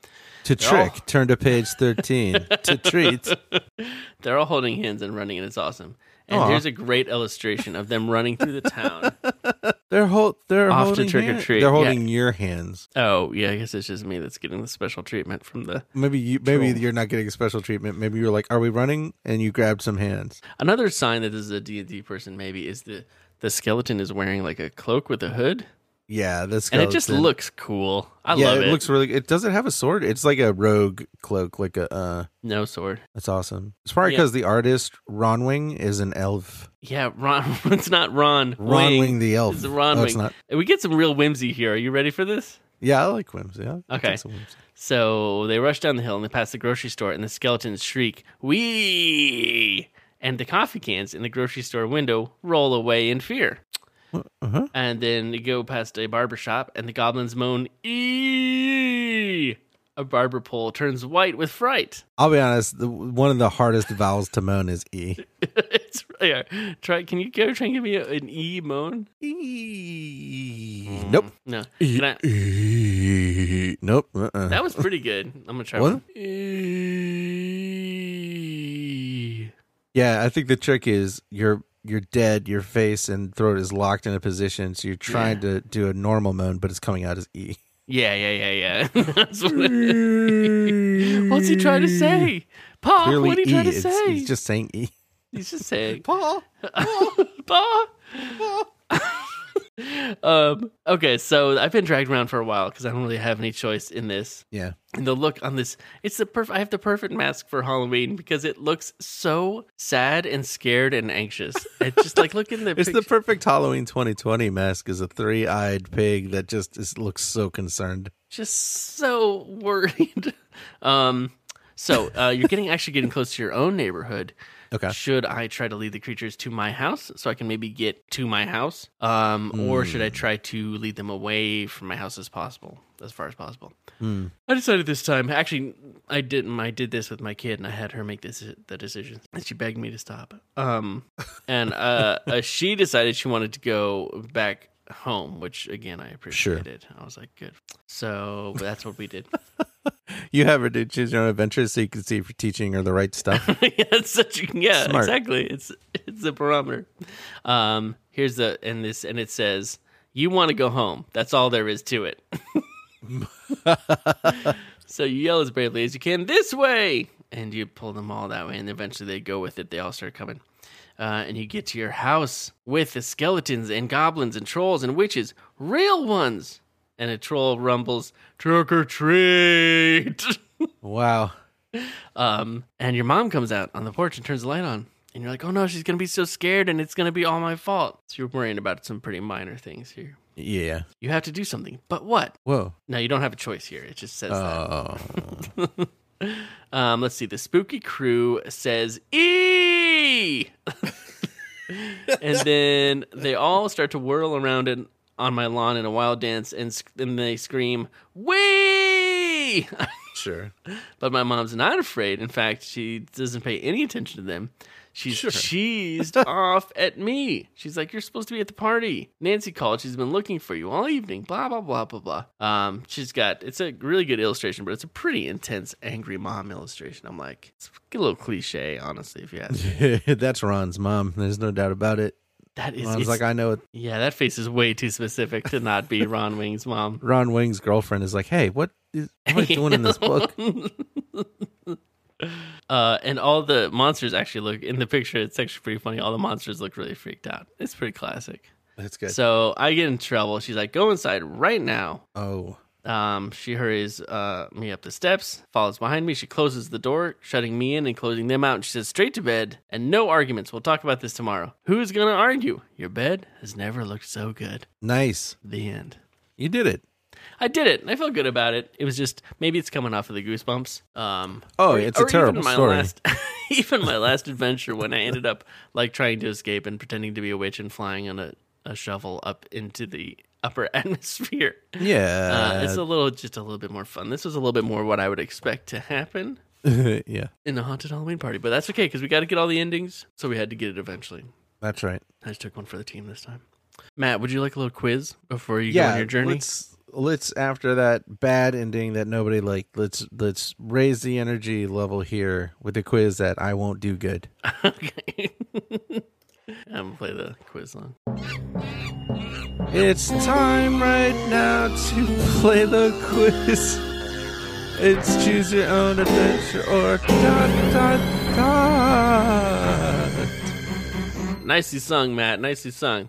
Speaker 2: To trick, turn to page thirteen. to treat.
Speaker 3: They're all holding hands and running, and it's awesome. And
Speaker 2: Aw.
Speaker 3: here's a great illustration of them running through the town.
Speaker 2: They're hold they're
Speaker 3: Off to
Speaker 2: holding
Speaker 3: trick or
Speaker 2: hand-
Speaker 3: treat,
Speaker 2: They're
Speaker 3: yeah.
Speaker 2: holding your hands.
Speaker 3: oh, yeah, I guess it's just me that's getting the special treatment from the.
Speaker 2: Maybe you maybe
Speaker 3: Troll.
Speaker 2: you're not getting a special treatment. Maybe you're like, Are we running? And you grabbed some hands.
Speaker 3: Another sign that this is a D&D person, maybe, is the, the skeleton is wearing like a cloak with a hood,
Speaker 2: Yeah, that's
Speaker 3: and it just looks cool. I
Speaker 2: yeah,
Speaker 3: love
Speaker 2: it,
Speaker 3: it.
Speaker 2: looks really. It doesn't have a sword. It's like a rogue cloak, like a. uh
Speaker 3: no sword.
Speaker 2: That's awesome. It's probably
Speaker 3: Yeah.
Speaker 2: because the artist Ron Wing is an elf.
Speaker 3: Yeah, Ron. it's not Ron.
Speaker 2: Ron Wing, the elf.
Speaker 3: It's Ron
Speaker 2: No,
Speaker 3: Wing.
Speaker 2: it's not.
Speaker 3: And we get some real whimsy here. Are you ready for this?
Speaker 2: Yeah, I like Whims. Yeah. I
Speaker 3: Okay.
Speaker 2: like some Whims.
Speaker 3: So they rush down the hill and they pass the grocery store, and the skeletons shriek, Wee! And the coffee cans in the grocery store window roll away in fear.
Speaker 2: Uh-huh.
Speaker 3: And then they go past a barber shop, and the goblins moan, Eee! A barber pole turns white with fright.
Speaker 2: I'll be honest. The, one of the hardest vowels to moan is e.
Speaker 3: it's yeah. Try, can you go try and give me a- an E moan? Mm-hmm.
Speaker 2: E. Nope.
Speaker 3: No. Can I-
Speaker 2: E. Nope. Uh-uh.
Speaker 3: that was pretty good. I'm gonna try
Speaker 2: What?
Speaker 3: one. Eee.
Speaker 2: Yeah, I think the trick is you're you're dead. Your face and throat is locked in a position, so you're trying to do a normal moan, but it's coming out as e.
Speaker 3: Yeah, yeah, yeah, yeah. That's what it- What's he trying to say? Pa,
Speaker 2: Clearly,
Speaker 3: what are you
Speaker 2: e.
Speaker 3: trying to
Speaker 2: It's-
Speaker 3: say?
Speaker 2: He's just saying e.
Speaker 3: he's just saying,
Speaker 2: Paul.
Speaker 3: Pa. um, okay, so I've been dragged around for a while because I don't really have any choice in this.
Speaker 2: Yeah.
Speaker 3: And the look on this, it's the perfect, I have the perfect mask for Halloween because it looks so sad and scared and anxious. It's just like, look in the
Speaker 2: It's
Speaker 3: picture.
Speaker 2: the perfect Halloween 2020 mask is a three-eyed pig that just is, looks so concerned.
Speaker 3: just so worried. Um, so uh, you're getting actually getting close to your own neighborhood.
Speaker 2: Okay.
Speaker 3: Should I try to lead the creatures to my house so I can maybe get to my house, um, or should I try to lead them away from my house as possible, as far as possible? I decided this time. Actually, I didn't. I did this with my kid, and I had her make this the decision, and she begged me to stop. Um, and uh, uh, she decided she wanted to go back home, which again I appreciated. I was like, good. So that's what we did.
Speaker 2: You have her do choose your own adventure so you can see if you're teaching her the right stuff.
Speaker 3: yeah, it's such a, yeah,
Speaker 2: Smart.
Speaker 3: exactly. It's it's a barometer. Um, here's the and this and it says you want to go home. That's all there is to it. so you yell as bravely as you can this way, and you pull them all that way, and eventually they go with it. They all start coming. Uh, and you get to your house with the skeletons and goblins and trolls and witches, real ones. And a troll rumbles, "Trick or treat!"
Speaker 2: wow.
Speaker 3: Um, and your mom comes out on the porch and turns the light on. And you're like, oh no, she's going to be so scared and it's going to be all my fault. So you're worrying about some pretty minor things here.
Speaker 2: Yeah.
Speaker 3: You have to do something. But what?
Speaker 2: Whoa.
Speaker 3: No, you don't have a choice here. It just says
Speaker 2: Oh.
Speaker 3: that. Um, let's see. The spooky crew says "ee," and then they all start to whirl around in, on my lawn in a wild dance, and sc- and they scream "wee."
Speaker 2: Sure.
Speaker 3: But my mom's not afraid. In fact, she doesn't pay any attention to them. She's cheesed off at me. She's like, "You're supposed to be at the party." Nancy called. She's been looking for you all evening. Blah blah blah blah blah. Um, she's got. It's a really good illustration, but it's a pretty intense, angry mom illustration. I'm like, it's a little cliche, honestly. If you ask, me.
Speaker 2: That's Ron's mom. There's no doubt about it.
Speaker 3: that is
Speaker 2: Ron's
Speaker 3: it's-
Speaker 2: like, I know it.
Speaker 3: yeah, that face is way too specific to not be Ron Wing's mom.
Speaker 2: Ron Wing's girlfriend is like, hey, what is what are you doing in this book?
Speaker 3: Uh, and all the monsters actually look in the picture. It's actually pretty funny. All the monsters look really freaked out. It's pretty classic.
Speaker 2: That's good.
Speaker 3: So I get in trouble. She's like, "Go inside right now."
Speaker 2: oh,
Speaker 3: Um, she hurries uh, me up the steps, follows behind me. She closes the door, shutting me in and closing them out. And she says, "Straight to bed and no arguments. We'll talk about this tomorrow." Who's gonna argue? Your bed has never looked so good.
Speaker 2: nice.
Speaker 3: The end.
Speaker 2: You did it.
Speaker 3: I did it. and I felt good about it. It was just maybe it's coming off of the goosebumps. Um,
Speaker 2: Oh, it's a terrible
Speaker 3: even my
Speaker 2: story.
Speaker 3: Last, even my last adventure when I ended up like trying to escape and pretending to be a witch and flying on a, a shovel up into the upper atmosphere. Uh,
Speaker 2: Yeah.
Speaker 3: it's a little, just a little bit more fun. This was a little bit more what I would expect to happen
Speaker 2: yeah.
Speaker 3: in a haunted Halloween party, but that's okay because we got to get all the endings, so we had to get it eventually.
Speaker 2: That's right.
Speaker 3: I just took one for the team this time. Matt, would you like a little quiz before you go on your journey?
Speaker 2: Let's let's after that bad ending that nobody liked. Let's let's raise the energy level here with a quiz that I won't do good.
Speaker 3: okay. I'm gonna play the quiz song.
Speaker 2: It's time right now to play the quiz. It's choose your own adventure or dot dot dot.
Speaker 3: Nicely sung, Matt. Nicely sung.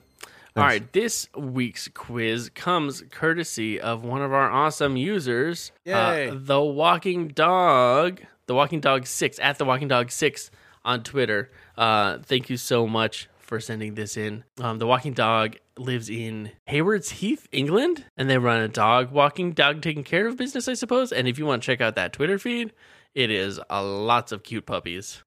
Speaker 3: All right, this week's quiz comes courtesy of one of our awesome users, uh,
Speaker 2: Yay.
Speaker 3: the Walking Dog, the Walking Dog Six at the Walking Dog Six on Twitter. Uh, thank you so much for sending this in. Um, the Walking Dog lives in Haywards Heath, England, and they run a dog walking, dog taking care of business, I suppose. And if you want to check out that Twitter feed, it is uh, lots of cute puppies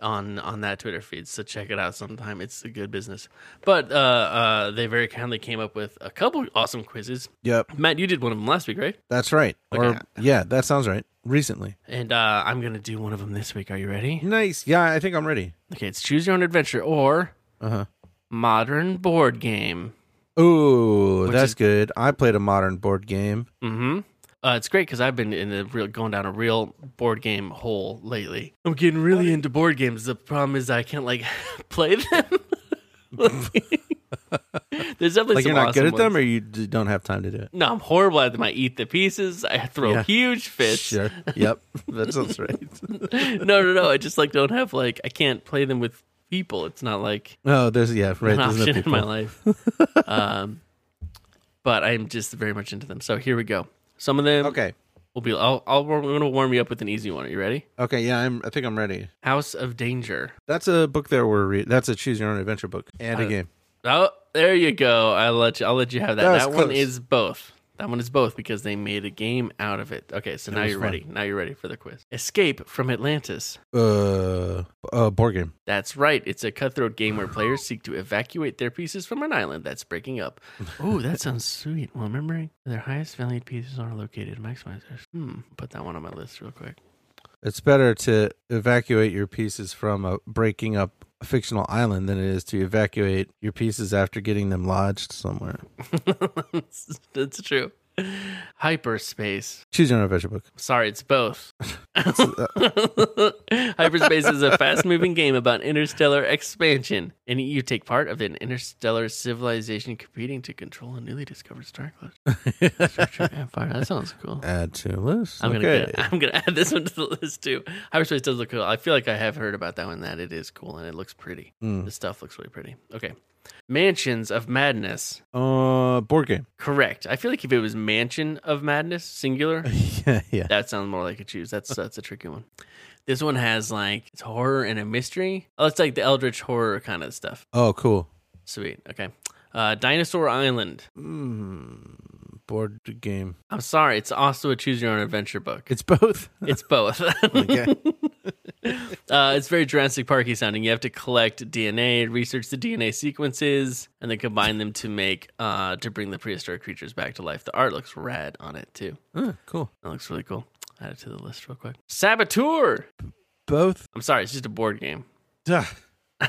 Speaker 3: on on that Twitter feed. So check it out sometime. It's a good business. But uh, uh, they very kindly came up with a couple awesome quizzes.
Speaker 2: Yep,
Speaker 3: Matt, you did one of them last week, right?
Speaker 2: that's right.
Speaker 3: Okay.
Speaker 2: Or yeah, that sounds right. Recently,
Speaker 3: And uh, I'm gonna do one of them this week. Are you ready?
Speaker 2: nice. Yeah, I think I'm ready.
Speaker 3: Okay, it's choose your own adventure or
Speaker 2: Uh huh.
Speaker 3: modern board game.
Speaker 2: Ooh, that's
Speaker 3: is-
Speaker 2: good. I played a modern board game.
Speaker 3: Mm-hmm. Uh, it's great because I've been in a real going down a real board game hole lately. I'm getting really into board games. The problem is I can't like play them. Let's see. There's definitely
Speaker 2: Like
Speaker 3: some
Speaker 2: you're not
Speaker 3: awesome
Speaker 2: good at
Speaker 3: ones.
Speaker 2: them, or you d- don't have time to do it.
Speaker 3: No, I'm horrible at them. I eat the pieces. I throw
Speaker 2: Yeah.
Speaker 3: huge fish.
Speaker 2: Sure. Yep. That sounds right.
Speaker 3: no, no, no. I just like don't have like I can't play them with people. It's not like
Speaker 2: oh, there's yeah, right.
Speaker 3: an
Speaker 2: There's no
Speaker 3: option in
Speaker 2: people.
Speaker 3: my life. um, but I'm just very much into them. So here we go. Some of them
Speaker 2: Okay.
Speaker 3: will be. I'll, I'll I'm gonna warm you up with an easy one. Are you ready?
Speaker 2: Okay. Yeah, I'm. I think I'm ready.
Speaker 3: House of Danger.
Speaker 2: That's a book that we're reading. That's a choose your own adventure book and a
Speaker 3: Uh,
Speaker 2: game.
Speaker 3: Oh, there you go. I'll let you. I'll let you have that.
Speaker 2: That was
Speaker 3: That, one
Speaker 2: close.
Speaker 3: is both. That one is both because they made a game out of it. Okay, so now
Speaker 2: was
Speaker 3: you're
Speaker 2: fun.
Speaker 3: ready. Now you're ready for the quiz. Escape from Atlantis.
Speaker 2: Uh, uh, board game.
Speaker 3: That's right. It's a cutthroat game where players seek to evacuate their pieces from an island that's breaking up. Oh, that sounds sweet. Well, remembering their highest valued pieces are located maximizers. Hmm. Put that one on my list real quick.
Speaker 2: It's better to evacuate your pieces from a breaking up a fictional island than it is to evacuate your pieces after getting them lodged somewhere.
Speaker 3: That's true. Hyperspace.
Speaker 2: Choose your own adventure book.
Speaker 3: Sorry, it's both. Hyperspace is a fast moving game about interstellar expansion, and you take part of an interstellar civilization competing to control a newly discovered star cluster. Structure empire. That sounds cool.
Speaker 2: Add to list.
Speaker 3: I'm gonna
Speaker 2: okay.
Speaker 3: get, I'm gonna add this one to the list too. Hyperspace does look cool. I feel like I have heard about that one. That it is cool and it looks pretty. The stuff looks really pretty. Okay, Mansions of Madness.
Speaker 2: Uh, board game.
Speaker 3: Correct. I feel like if it was Mansion of Madness singular,
Speaker 2: yeah, yeah.
Speaker 3: that sounds more like a choose. That's that's a tricky one. This one has like it's horror and a mystery. Oh, it's like the Eldritch horror kind of stuff.
Speaker 2: Oh, cool.
Speaker 3: Sweet. Okay. Uh, Dinosaur Island.
Speaker 2: board game.
Speaker 3: I'm sorry. It's also a choose your own adventure book.
Speaker 2: It's both.
Speaker 3: It's both.
Speaker 2: Okay.
Speaker 3: Uh, it's very Jurassic Parky sounding. You have to collect DNA, research the DNA sequences, and then combine them to make uh, to bring the prehistoric creatures back to life. The art looks rad on it too.
Speaker 2: Oh, cool.
Speaker 3: That looks really cool. Add it to the list real quick. Saboteur.
Speaker 2: Both.
Speaker 3: I'm sorry, it's just a board game.
Speaker 2: Ugh.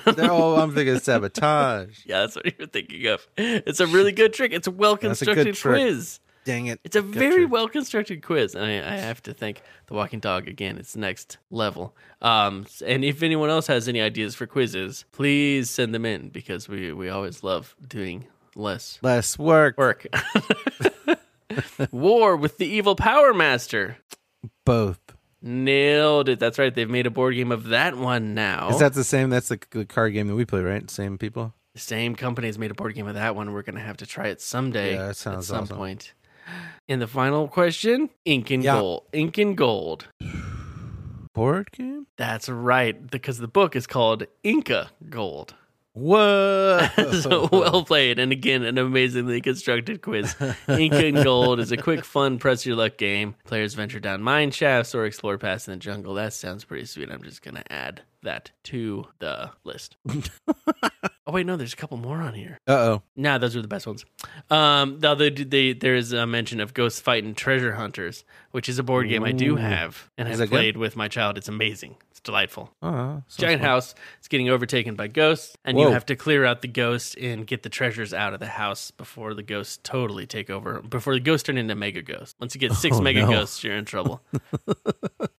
Speaker 2: oh, I'm thinking sabotage.
Speaker 3: Yeah, that's what you're thinking of. It's a really good trick. It's a well constructed
Speaker 2: trick.
Speaker 3: quiz.
Speaker 2: Dang it.
Speaker 3: It's a
Speaker 2: Good
Speaker 3: very
Speaker 2: trick.
Speaker 3: well constructed quiz, and I, I have to thank The Walking Dog again. It's next level. Um, and if anyone else has any ideas for quizzes, please send them in because we we always love doing less
Speaker 2: less work.
Speaker 3: work. War with the evil Power Master.
Speaker 2: Both.
Speaker 3: Nailed it. That's right. They've made a board game of that one now.
Speaker 2: Is that the same? That's the c- card game that we play, right? Same people.
Speaker 3: the same company has made a board game of that one. We're gonna have to try it someday.
Speaker 2: Yeah, that sounds
Speaker 3: at some
Speaker 2: awesome.
Speaker 3: point. And the final question: Ink and
Speaker 2: Yeah.
Speaker 3: gold. Ink and gold.
Speaker 2: Board game.
Speaker 3: That's right, because the book is called Inca Gold.
Speaker 2: Whoa.
Speaker 3: so well played, and again, an amazingly constructed quiz. Inca and Gold is a quick, fun, press your luck game. Players venture down mine shafts or explore paths in the jungle. That sounds pretty sweet. I'm just gonna add that to the list. oh wait, no, there's a couple more on here.
Speaker 2: Uh oh.
Speaker 3: Nah, those were the best ones. Um, now they, they, there is a mention of Ghost Fight and Treasure Hunters, which is a board game I do have and
Speaker 2: Is
Speaker 3: have
Speaker 2: that good?
Speaker 3: played with my child. It's amazing. It's delightful.
Speaker 2: Oh,
Speaker 3: Giant house. It's getting overtaken by ghosts, and you
Speaker 2: Whoa.
Speaker 3: have to clear out the ghosts and get the treasures out of the house before the ghosts totally take over. Before the ghosts turn into mega ghosts. Once you get six
Speaker 2: Oh,
Speaker 3: mega
Speaker 2: no.
Speaker 3: ghosts, you're in trouble.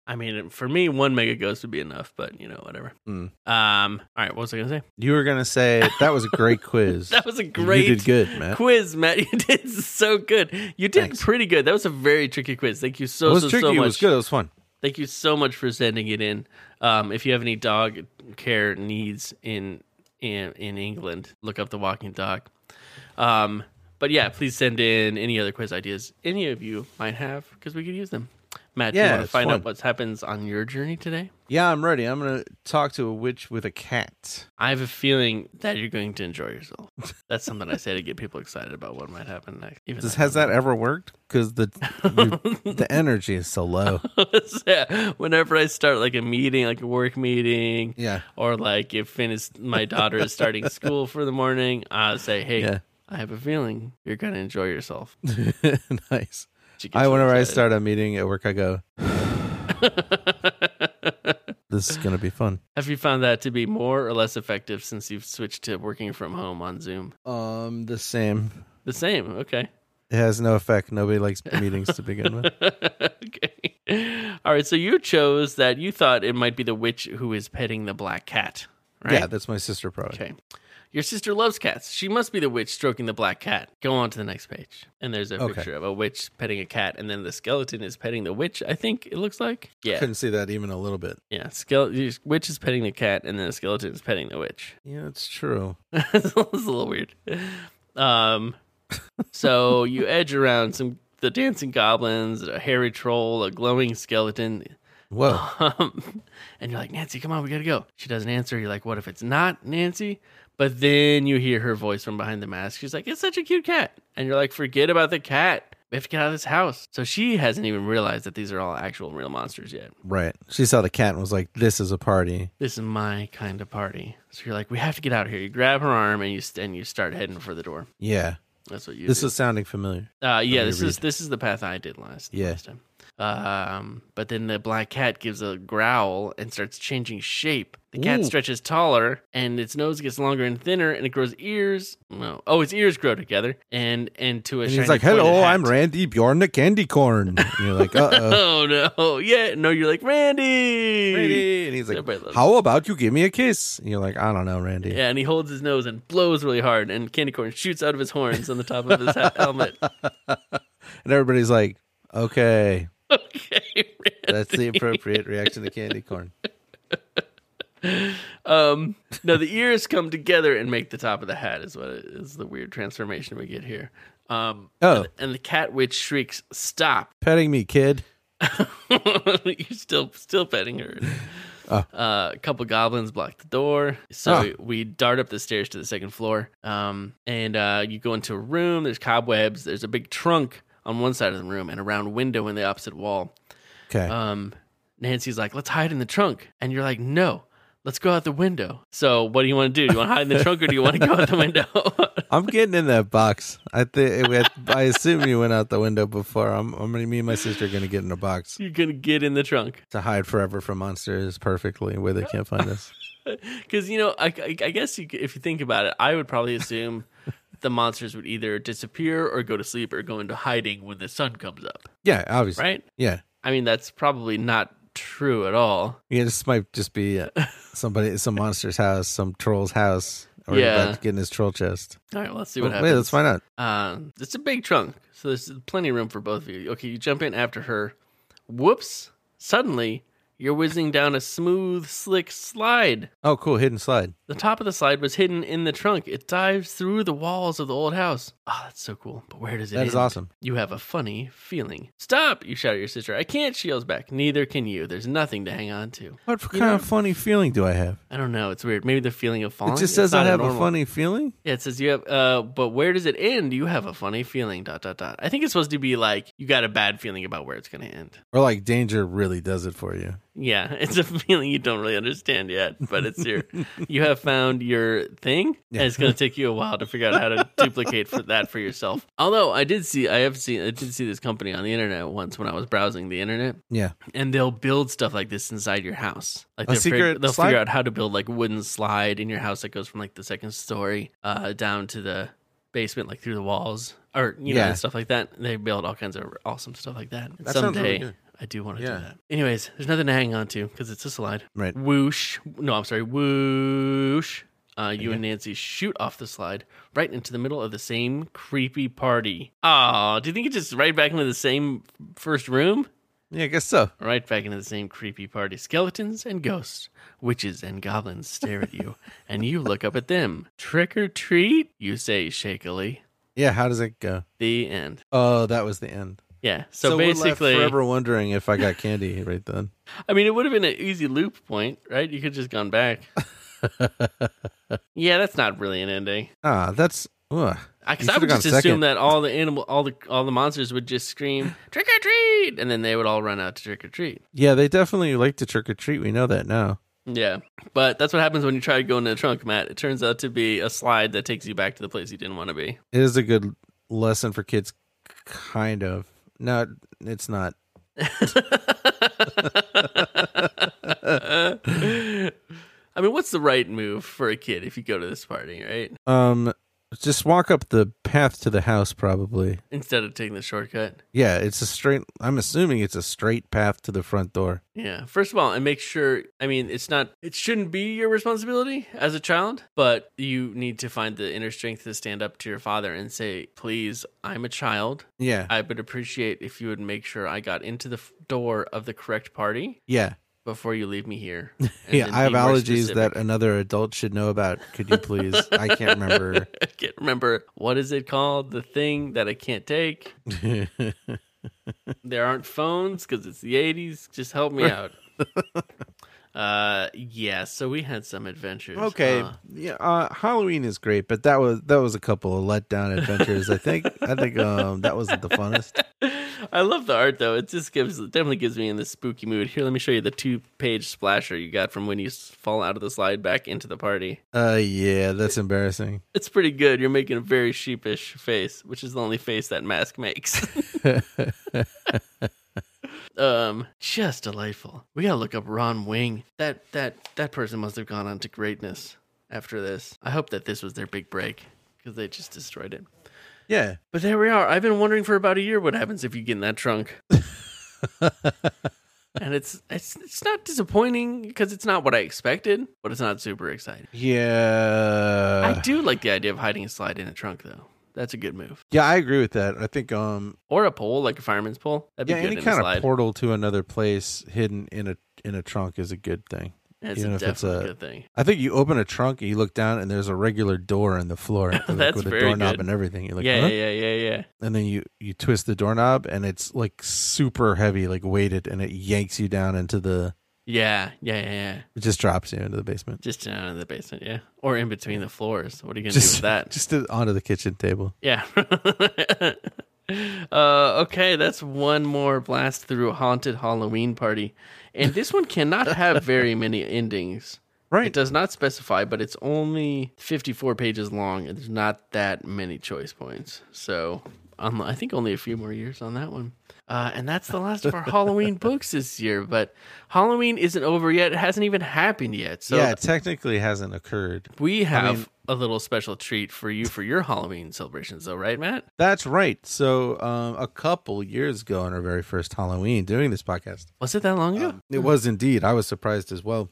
Speaker 3: I mean, for me, one mega ghost would be enough, but you know, whatever.
Speaker 2: Mm.
Speaker 3: Um, all right, what was I gonna say?
Speaker 2: You were gonna say that was a great quiz.
Speaker 3: That was a
Speaker 2: You
Speaker 3: great
Speaker 2: did good, Matt.
Speaker 3: quiz, Matt. You did so good. You did
Speaker 2: Thanks.
Speaker 3: pretty good. That was a very tricky quiz. Thank you
Speaker 2: it
Speaker 3: so
Speaker 2: was
Speaker 3: so,
Speaker 2: tricky.
Speaker 3: so much.
Speaker 2: It was good. It was fun.
Speaker 3: Thank you so much for sending it in. Um, if you have any dog care needs in in in England, look up the Walking Dog. Um, but yeah, please send in any other quiz ideas any of you might have because we could use them. Matt, do
Speaker 2: Yeah,
Speaker 3: you want to
Speaker 2: it's
Speaker 3: find
Speaker 2: fun.
Speaker 3: out what happens on your journey today?
Speaker 2: Yeah, I'm ready. I'm gonna talk to a witch with a cat.
Speaker 3: I have a feeling that you're going to enjoy yourself. That's something I say to get people excited about what might happen next. Even
Speaker 2: Does,
Speaker 3: though I
Speaker 2: has that ever worked? Because the you- the energy is so low.
Speaker 3: yeah, whenever I start like a meeting, like a work meeting,
Speaker 2: Yeah.
Speaker 3: or like if Finn is my daughter is starting school for the morning, I say, hey,
Speaker 2: Yeah.
Speaker 3: I have a feeling you're gonna enjoy yourself.
Speaker 2: nice.
Speaker 3: She gets
Speaker 2: I whenever I
Speaker 3: excited.
Speaker 2: start a meeting at work, I go. this is gonna be fun.
Speaker 3: Have you found that to be more or less effective since you've switched to working from home on Zoom?
Speaker 2: Um, the same.
Speaker 3: The same, okay.
Speaker 2: It has no effect. Nobody likes meetings to begin with.
Speaker 3: okay. All right, so you chose that you thought it might be the witch who is petting the black cat, right?
Speaker 2: Yeah, that's my sister probably.
Speaker 3: Okay. Your sister loves cats. She must be the witch stroking the black cat. Go on to the next page. And there's a
Speaker 2: Okay.
Speaker 3: picture of a witch petting a cat, and then the skeleton is petting the witch, I think it looks like. Yeah.
Speaker 2: Couldn't see that even a little bit.
Speaker 3: Yeah. Skele- witch is petting the cat, and then the skeleton is petting the witch.
Speaker 2: Yeah, it's true.
Speaker 3: it's a little weird. Um, so you edge around some the dancing goblins, a hairy troll, a glowing skeleton.
Speaker 2: Whoa.
Speaker 3: Um, and you're like, Nancy, come on, we gotta go. She doesn't answer. You're like, what if it's not Nancy? But then you hear her voice from behind the mask. She's like, it's such a cute cat. And you're like, forget about the cat. We have to get out of this house. So she hasn't even realized that these are all actual real monsters yet.
Speaker 2: Right. She saw the cat and was like, "This is a party."
Speaker 3: This is my kind of party. So you're like, we have to get out of here. You grab her arm and you st- and you start heading for the door.
Speaker 2: Yeah.
Speaker 3: That's what you.
Speaker 2: This
Speaker 3: do.
Speaker 2: is sounding familiar.
Speaker 3: Uh, yeah,
Speaker 2: me
Speaker 3: this is
Speaker 2: read.
Speaker 3: this is the path I did last
Speaker 2: Yeah.
Speaker 3: last time. Um, but then the black cat gives a growl and starts changing shape. The cat
Speaker 2: Ooh.
Speaker 3: stretches taller, and its nose gets longer and thinner, and it grows ears. No, oh, its ears grow together, and and to a.
Speaker 2: And
Speaker 3: shiny
Speaker 2: he's like,
Speaker 3: pointed
Speaker 2: "Hello, I'm
Speaker 3: hat."
Speaker 2: Randy Bjorn the Candy Corn." And you're like, "Uh oh."
Speaker 3: Oh no! Yeah, no, you're like Randy.
Speaker 2: And he's like,
Speaker 3: Everybody loves-
Speaker 2: "How about you give me a kiss?" And you're like, "I don't know, Randy."
Speaker 3: Yeah, and he holds his nose and blows really hard, and candy corn shoots out of his horns on the top of his ha- helmet.
Speaker 2: And everybody's like, "Okay,
Speaker 3: Okay, Randy.
Speaker 2: that's the appropriate reaction to candy corn."
Speaker 3: Um, no, the ears come together and make the top of the hat is what is the weird transformation we get here. Um,
Speaker 2: Oh,
Speaker 3: and the cat witch shrieks, "Stop!"
Speaker 2: petting me, kid.
Speaker 3: You're still still petting her. Uh, a couple goblins block the door, so
Speaker 2: Oh.
Speaker 3: we, we dart up the stairs to the second floor. Um, and uh, you go into a room. There's cobwebs. There's a big trunk on one side of the room and a round window in the opposite wall.
Speaker 2: Okay.
Speaker 3: Um, Nancy's like, let's hide in the trunk. And you're like, no, let's go out the window. So what do you want to do? Do you want to hide in the trunk or do you want to go out the window?
Speaker 2: I'm getting in that box. I think I assume you went out the window before. I'm, I'm gonna, me and my sister are gonna get in a box
Speaker 3: you're going to get in the trunk.
Speaker 2: to hide forever from monsters perfectly where they can't find us.
Speaker 3: Because, you know, I, I, I guess you, c- if you think about it, I would probably assume the monsters would either disappear or go to sleep or go into hiding when the sun comes up,
Speaker 2: Yeah, obviously.
Speaker 3: right?
Speaker 2: Yeah.
Speaker 3: I mean, that's probably not true at all.
Speaker 2: Yeah, this might just be uh, somebody, some monster's house, some troll's house, or
Speaker 3: Yeah.
Speaker 2: about to get in his troll chest.
Speaker 3: All right, well, let's see
Speaker 2: Wait,
Speaker 3: what happens.
Speaker 2: let's find out.
Speaker 3: Um, it's a big trunk, so there's plenty of room for both of you. Okay, you jump in after her. Whoops! Suddenly, you're whizzing down a smooth, slick slide.
Speaker 2: Oh, cool, hidden slide.
Speaker 3: The top of the slide was hidden in the trunk. It dives through the walls of the old house. Oh, that's so cool. But where does it
Speaker 2: That is
Speaker 3: end?
Speaker 2: awesome.
Speaker 3: You have a funny feeling. Stop! You shout at your sister. I can't. She yells back. Neither can you. There's nothing to hang on to.
Speaker 2: What kind of funny feeling do I have?
Speaker 3: I don't know. It's weird. Maybe the feeling of falling.
Speaker 2: It just
Speaker 3: It's
Speaker 2: says I
Speaker 3: not
Speaker 2: have a
Speaker 3: normal-
Speaker 2: funny feeling.
Speaker 3: Yeah, it says you have, uh, but where does it end? You have a funny feeling, dot, dot, dot. I think it's supposed to be like, you got a bad feeling about where it's going to end.
Speaker 2: Or like danger really does it for you.
Speaker 3: Yeah, it's a feeling you don't really understand yet, but it's your, you have found your thing, and it's going to take you a while to figure out how to duplicate for that for yourself. Although I did see, I have seen, I did see this company on the internet once when I was browsing the internet,
Speaker 2: Yeah.
Speaker 3: and they'll build stuff like this inside your house. Like
Speaker 2: A
Speaker 3: they'll, figure,
Speaker 2: secret
Speaker 3: they'll
Speaker 2: slide?
Speaker 3: figure out how to build like wooden slide in your house that goes from like the second story uh, down to the basement, like through the walls or you know
Speaker 2: Yeah.
Speaker 3: and stuff like that. They build all kinds of awesome stuff like that. And
Speaker 2: That sounds really
Speaker 3: someday
Speaker 2: good.
Speaker 3: I do want to
Speaker 2: Yeah.
Speaker 3: do that. Anyways, there's nothing to hang on to because it's a slide.
Speaker 2: Right.
Speaker 3: Whoosh. No, I'm sorry. Whoosh. Uh, you and Nancy shoot off the slide right into the middle of the same creepy party. Aw, do you think it's just right back into the same first room?
Speaker 2: Yeah, I guess so.
Speaker 3: Right back into the same creepy party. Skeletons and ghosts, witches and goblins stare at you, and you look up at them. Trick or treat, you say shakily.
Speaker 2: Yeah. How does it go?
Speaker 3: The end.
Speaker 2: Oh, that was the end.
Speaker 3: Yeah. So,
Speaker 2: we're
Speaker 3: basically,
Speaker 2: left forever wondering if I got candy right then.
Speaker 3: I mean, it would have been an easy loop point, right? You could just gone back. yeah, that's not really an ending.
Speaker 2: Ah, that's. ugh.
Speaker 3: Because
Speaker 2: You
Speaker 3: I would
Speaker 2: should've
Speaker 3: just
Speaker 2: gone
Speaker 3: assume
Speaker 2: second.
Speaker 3: that all the animal, all the all the monsters would just scream trick or treat, and then they would all run out to trick or treat.
Speaker 2: Yeah, they definitely like to trick or treat. We know that now.
Speaker 3: Yeah, but that's what happens when you try to go into the trunk, Matt. It turns out to be a slide that takes you back to the place you didn't want to be.
Speaker 2: It is a good lesson for kids, kind of. No, it's not.
Speaker 3: I mean, what's the right move for a kid if you go to this party, right?
Speaker 2: Um, just walk up the path to the house, probably.
Speaker 3: Instead of taking the shortcut.
Speaker 2: Yeah, it's a straight. I'm assuming it's a straight path to the front door.
Speaker 3: Yeah. First of all, and make sure, I mean, it's not, it shouldn't be your responsibility as a child, but you need to find the inner strength to stand up to your father and say, please, I'm a child.
Speaker 2: Yeah,
Speaker 3: I would appreciate if you would make sure I got into the f- door of the correct party
Speaker 2: yeah,
Speaker 3: before you leave me here. and
Speaker 2: yeah.
Speaker 3: then
Speaker 2: I have
Speaker 3: be more
Speaker 2: allergies
Speaker 3: specific.
Speaker 2: that another adult should know about. Could you please? I can't remember.
Speaker 3: I can't remember what is it called? The thing that I can't take. There aren't phones because it's the '80s. Just help me out. uh, yeah. So we had some adventures.
Speaker 2: okay,
Speaker 3: Uh,
Speaker 2: yeah. Uh, Halloween is great, but that was that was a couple of letdown adventures. I think I think um that wasn't the funnest.
Speaker 3: I love the art though. It just gives it definitely gives me in the spooky mood. Here, let me show you the two-page splasher you got from when you s- fall out of the slide back into the party.
Speaker 2: Uh, yeah, that's embarrassing.
Speaker 3: It's pretty good. You're making a very sheepish face, which is the only face that mask makes. um, just delightful. We gotta look up Ron Wing. That that that person must have gone on to greatness after this. I hope that this was their big break because they just destroyed it.
Speaker 2: Yeah,
Speaker 3: But there we are. I've been wondering for about a year what happens if you get in that trunk. and it's it's it's not disappointing because it's not what I expected, but it's not super exciting.
Speaker 2: yeah.
Speaker 3: I do like the idea of hiding a slide in a trunk, though. That's a good move.
Speaker 2: Yeah, I agree with that. I think um
Speaker 3: Or a pole, like a fireman's pole. That'd be
Speaker 2: yeah,
Speaker 3: good
Speaker 2: any
Speaker 3: in
Speaker 2: kind
Speaker 3: a slide.
Speaker 2: of portal to another place hidden in a in a trunk is a good thing.
Speaker 3: That's
Speaker 2: even if it's
Speaker 3: definitely a
Speaker 2: a-
Speaker 3: good thing.
Speaker 2: I think you open a trunk and you look down and there's a regular door in the floor like,
Speaker 3: That's
Speaker 2: with
Speaker 3: very
Speaker 2: a doorknob
Speaker 3: good.
Speaker 2: and everything. You're like,
Speaker 3: yeah,
Speaker 2: huh?
Speaker 3: yeah, yeah, yeah.
Speaker 2: And then you you twist the doorknob and it's like super heavy, like weighted, and it yanks you down into the
Speaker 3: Yeah, yeah, yeah, yeah.
Speaker 2: it just drops you into the basement.
Speaker 3: Just down in the basement, yeah. Or in between the floors. What are you going to do
Speaker 2: Just
Speaker 3: with that?
Speaker 2: just onto the kitchen table.
Speaker 3: yeah. Uh, okay, that's one more blast through haunted Halloween party, and this one cannot have very many endings. It
Speaker 4: Right.
Speaker 3: does not specify, but it's only 54 pages long, and there's not that many choice points. So um, I think only a few more years on that one. Uh, and that's the last of our Halloween books this year. But Halloween isn't over yet. It hasn't even happened yet. So
Speaker 2: yeah, it technically hasn't occurred.
Speaker 3: we have a little special treat for you for your Halloween celebrations, though, right, Matt?
Speaker 2: That's right. So, um, a couple years ago, on our very first Halloween, doing this podcast,
Speaker 3: Was it that long ago?
Speaker 2: It was indeed. I was surprised as well.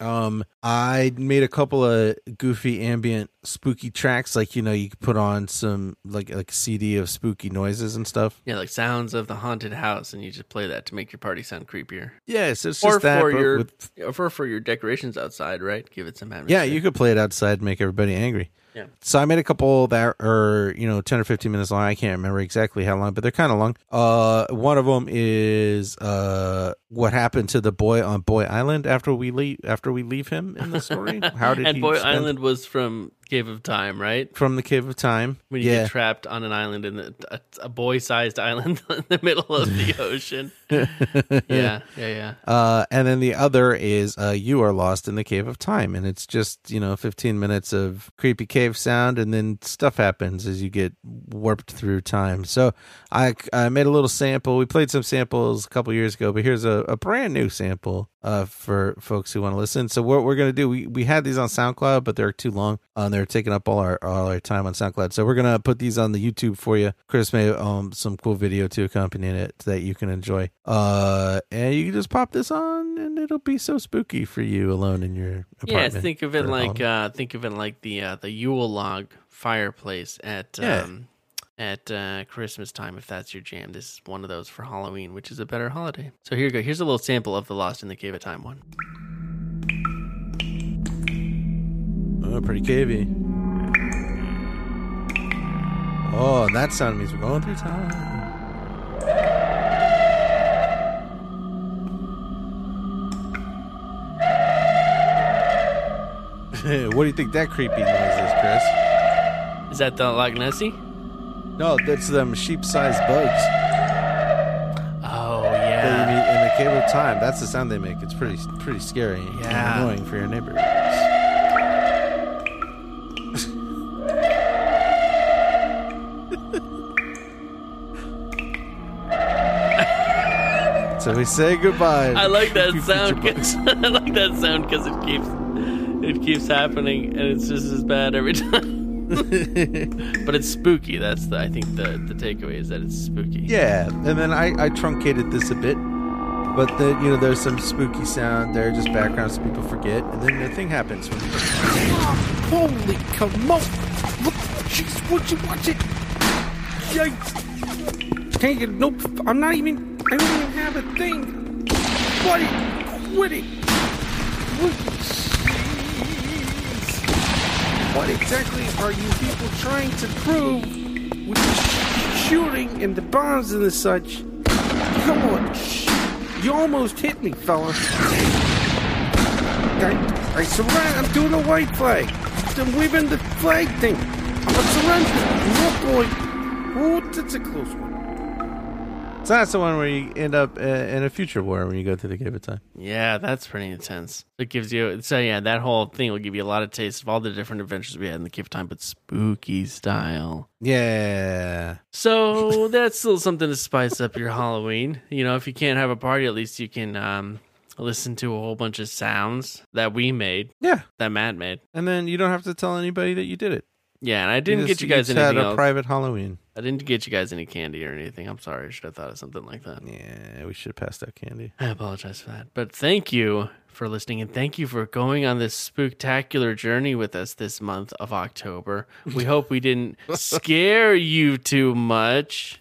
Speaker 2: Um, I made a couple of goofy ambient spooky tracks, like you know, you could put on some like like CD of spooky noises and stuff.
Speaker 3: Yeah, like sounds of the haunted house, and you just play that to make your party sound creepier.
Speaker 2: Yes, it's
Speaker 3: Or
Speaker 2: just that.
Speaker 3: for
Speaker 2: but
Speaker 3: your
Speaker 2: with-
Speaker 3: or for your decorations outside, right? Give it some atmosphere.
Speaker 2: yeah, you could play it outside, make everybody angry.
Speaker 3: Yeah.
Speaker 2: So I made a couple that are you know ten or fifteen minutes long. I can't remember exactly how long, but they're kind of long. Uh, one of them is uh, what happened to the boy on Boy Island after we leave after we leave him in the story. How did
Speaker 3: and
Speaker 2: he
Speaker 3: Boy
Speaker 2: spend-
Speaker 3: Island was from Cave of Time, right?
Speaker 2: from the Cave of Time?
Speaker 3: When you
Speaker 2: yeah,
Speaker 3: get trapped on an island in the, a, a boy-sized island in the middle of the ocean. yeah, yeah, yeah.
Speaker 2: Uh, and then the other is uh, you are lost in the cave of time, and it's just you know 15 minutes of creepy cave sound, and then stuff happens as you get warped through time. So I, I made a little sample. We played some samples a couple years ago, but here's a, a brand new sample uh, for folks who want to listen. So what we're gonna do, we, we had these on SoundCloud, but they're too long, uh, and they're taking up all our all our time on SoundCloud. So we're gonna put these on the YouTube for you. Chris made um some cool video to accompany it that you can enjoy. Uh, and you can just pop this on, and it'll be so spooky for you alone in your
Speaker 3: Yeah,
Speaker 2: apartment.
Speaker 3: think of it
Speaker 2: for
Speaker 3: like
Speaker 2: Halloween.
Speaker 3: uh, think of it like the uh, the Yule log fireplace at
Speaker 2: Yeah.
Speaker 3: um, at uh, Christmas time. If that's your jam, this is one of those for Halloween, which is a better holiday. So here you go. Here's a little sample of the Lost in the Cave of Time one.
Speaker 2: oh, pretty cavey. Oh, and that sound means we're going through time. what do you think that creepy noise is, Chris?
Speaker 3: Is that the Loch Nessie?
Speaker 2: No, that's them sheep-sized bugs
Speaker 3: Oh
Speaker 2: that you
Speaker 3: yeah.
Speaker 2: meet in the cave of time. That's the sound they make. It's pretty, pretty scary
Speaker 3: Yeah.
Speaker 2: and annoying for your neighbor. so we say goodbye.
Speaker 3: I like that
Speaker 2: Creepy
Speaker 3: sound.
Speaker 2: creature bugs.
Speaker 3: 'cause- I like that sound because it keeps it keeps happening, and it's just as bad every time. but it's spooky. That's the, I think the the takeaway is that it's spooky.
Speaker 2: Yeah, and then I, I truncated this a bit, but the you know there's some spooky sound there, just background so people forget, and then the thing happens. When
Speaker 5: Holy commode! Look, jeez, would you watch it? Yikes! Can't get, nope, I'm not even, I don't even have a thing. Buddy, quit it! What, jeez. what exactly are you people trying to prove with the sh- shooting and the bombs and the such? Come on, sh- you almost hit me, fella. I, I surrender. I'm doing a white flag. I'm waving the flag thing. I'm a surrender. No, boy. Oh, that's a close one.
Speaker 2: So that's the one where you end up uh, in a future war when you go through the cave of time.
Speaker 3: Yeah, that's pretty intense. It gives you so yeah, that whole thing will give you a lot of taste of all the different adventures we had in the Cave of Time, but spooky style.
Speaker 2: Yeah.
Speaker 3: So that's still something to spice up your Halloween. You know, if you can't have a party, at least you can um, listen to a whole bunch of sounds that we made,
Speaker 2: Yeah.
Speaker 3: that Matt made.
Speaker 2: And then you don't have to tell anybody that you did it.
Speaker 3: Yeah, and I didn't
Speaker 2: just-
Speaker 3: get you guys
Speaker 2: just
Speaker 3: anything
Speaker 2: had a
Speaker 3: else.
Speaker 2: private Halloween.
Speaker 3: I didn't get you guys any candy or anything. I'm sorry. I should have thought of something like that.
Speaker 2: Yeah, we should pass that candy.
Speaker 3: I apologize for that. But thank you for listening and thank you for going on this spectacular journey with us this month of October. We hope we didn't scare you too much.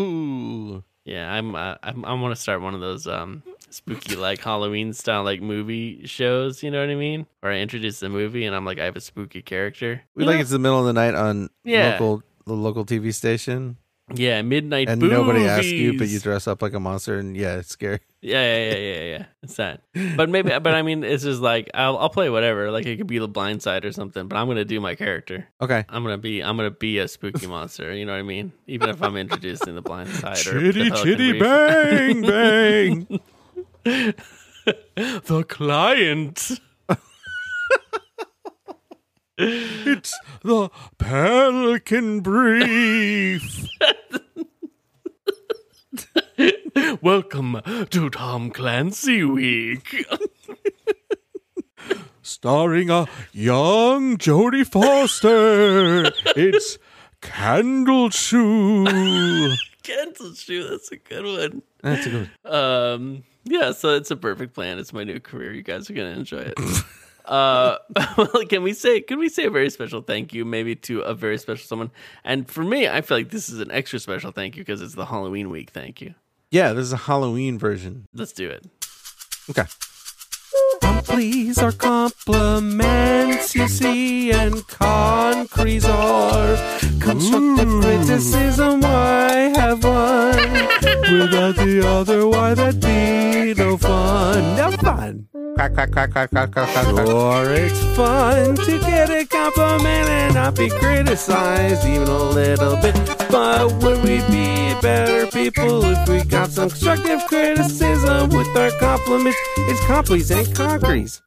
Speaker 2: Ooh.
Speaker 3: Yeah, I'm uh, I'm I want to start one of those um spooky like Halloween style like movie shows, you know what I mean? Where I introduce the movie and I'm like I have a spooky character.
Speaker 2: We like it's the middle of the night on
Speaker 3: Yeah.
Speaker 2: local the local TV station.
Speaker 3: Yeah, midnight
Speaker 2: and
Speaker 3: movies.
Speaker 2: nobody asks you, but you dress up like a monster, and yeah, it's scary.
Speaker 3: Yeah, yeah, yeah, yeah, yeah. It's that. But maybe, but I mean, it's just like I'll, I'll play whatever. Like it could be The Blind Side or something. But I'm gonna do my character.
Speaker 2: Okay,
Speaker 3: I'm gonna be, I'm gonna be a spooky monster. You know what I mean? Even if I'm introduced in The Blind Side or
Speaker 1: Chitty,
Speaker 3: the
Speaker 1: chitty,
Speaker 3: Pelican
Speaker 1: bang, bang.
Speaker 3: Brief. the client.
Speaker 1: It's the Pelican Brief.
Speaker 3: Welcome to Tom Clancy Week.
Speaker 1: starring a young Jodie Foster. it's Candle Shoe.
Speaker 3: Cancel shoe. That's a good one.
Speaker 2: that's a good.
Speaker 3: Um, yeah, so it's a perfect plan. It's my new career. You guys are gonna enjoy it. uh, well, can we say? Can we say a very special thank you, maybe to a very special someone? And for me, I feel like this is an extra special thank you because it's the Halloween week. Thank you.
Speaker 2: Yeah, this is a Halloween version.
Speaker 3: Let's do it.
Speaker 2: Okay. Please are compliments you see, and concretes are constructive criticism. Why have one without the other? Why that be no fun? No fun. Quack quack quack quack quack quack quack. Sure, it's fun to get a compliment and not be criticized even a little bit. But would we be better people if we got some constructive criticism with our compliments? It's complies and concretes.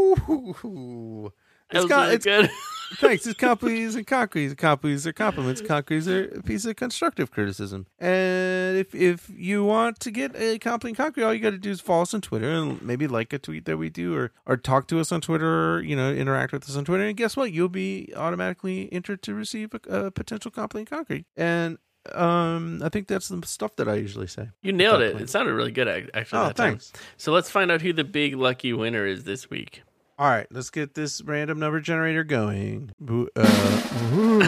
Speaker 2: Ho!
Speaker 3: That
Speaker 2: It's
Speaker 3: was
Speaker 2: got-
Speaker 3: really
Speaker 2: it's-
Speaker 3: good.
Speaker 2: Thanks. It's complies and concretes. Complies are compliments. Concretes are a piece of constructive criticism. And if if you want to get a compliment concrete, all you got to do is follow us on Twitter and maybe like a tweet that we do, or or talk to us on Twitter, or, you know, interact with us on Twitter. And guess what? You'll be automatically entered to receive a, a potential compliment concrete. And um, I think that's the stuff that I usually say.
Speaker 3: You nailed it.
Speaker 2: Exactly.
Speaker 3: It sounded really good, ac- actually.
Speaker 2: Oh,
Speaker 3: that time.
Speaker 2: thanks.
Speaker 3: So let's find out who the big lucky winner is this week.
Speaker 2: All right, let's get this random number generator going. Boo- uh,
Speaker 3: Boo!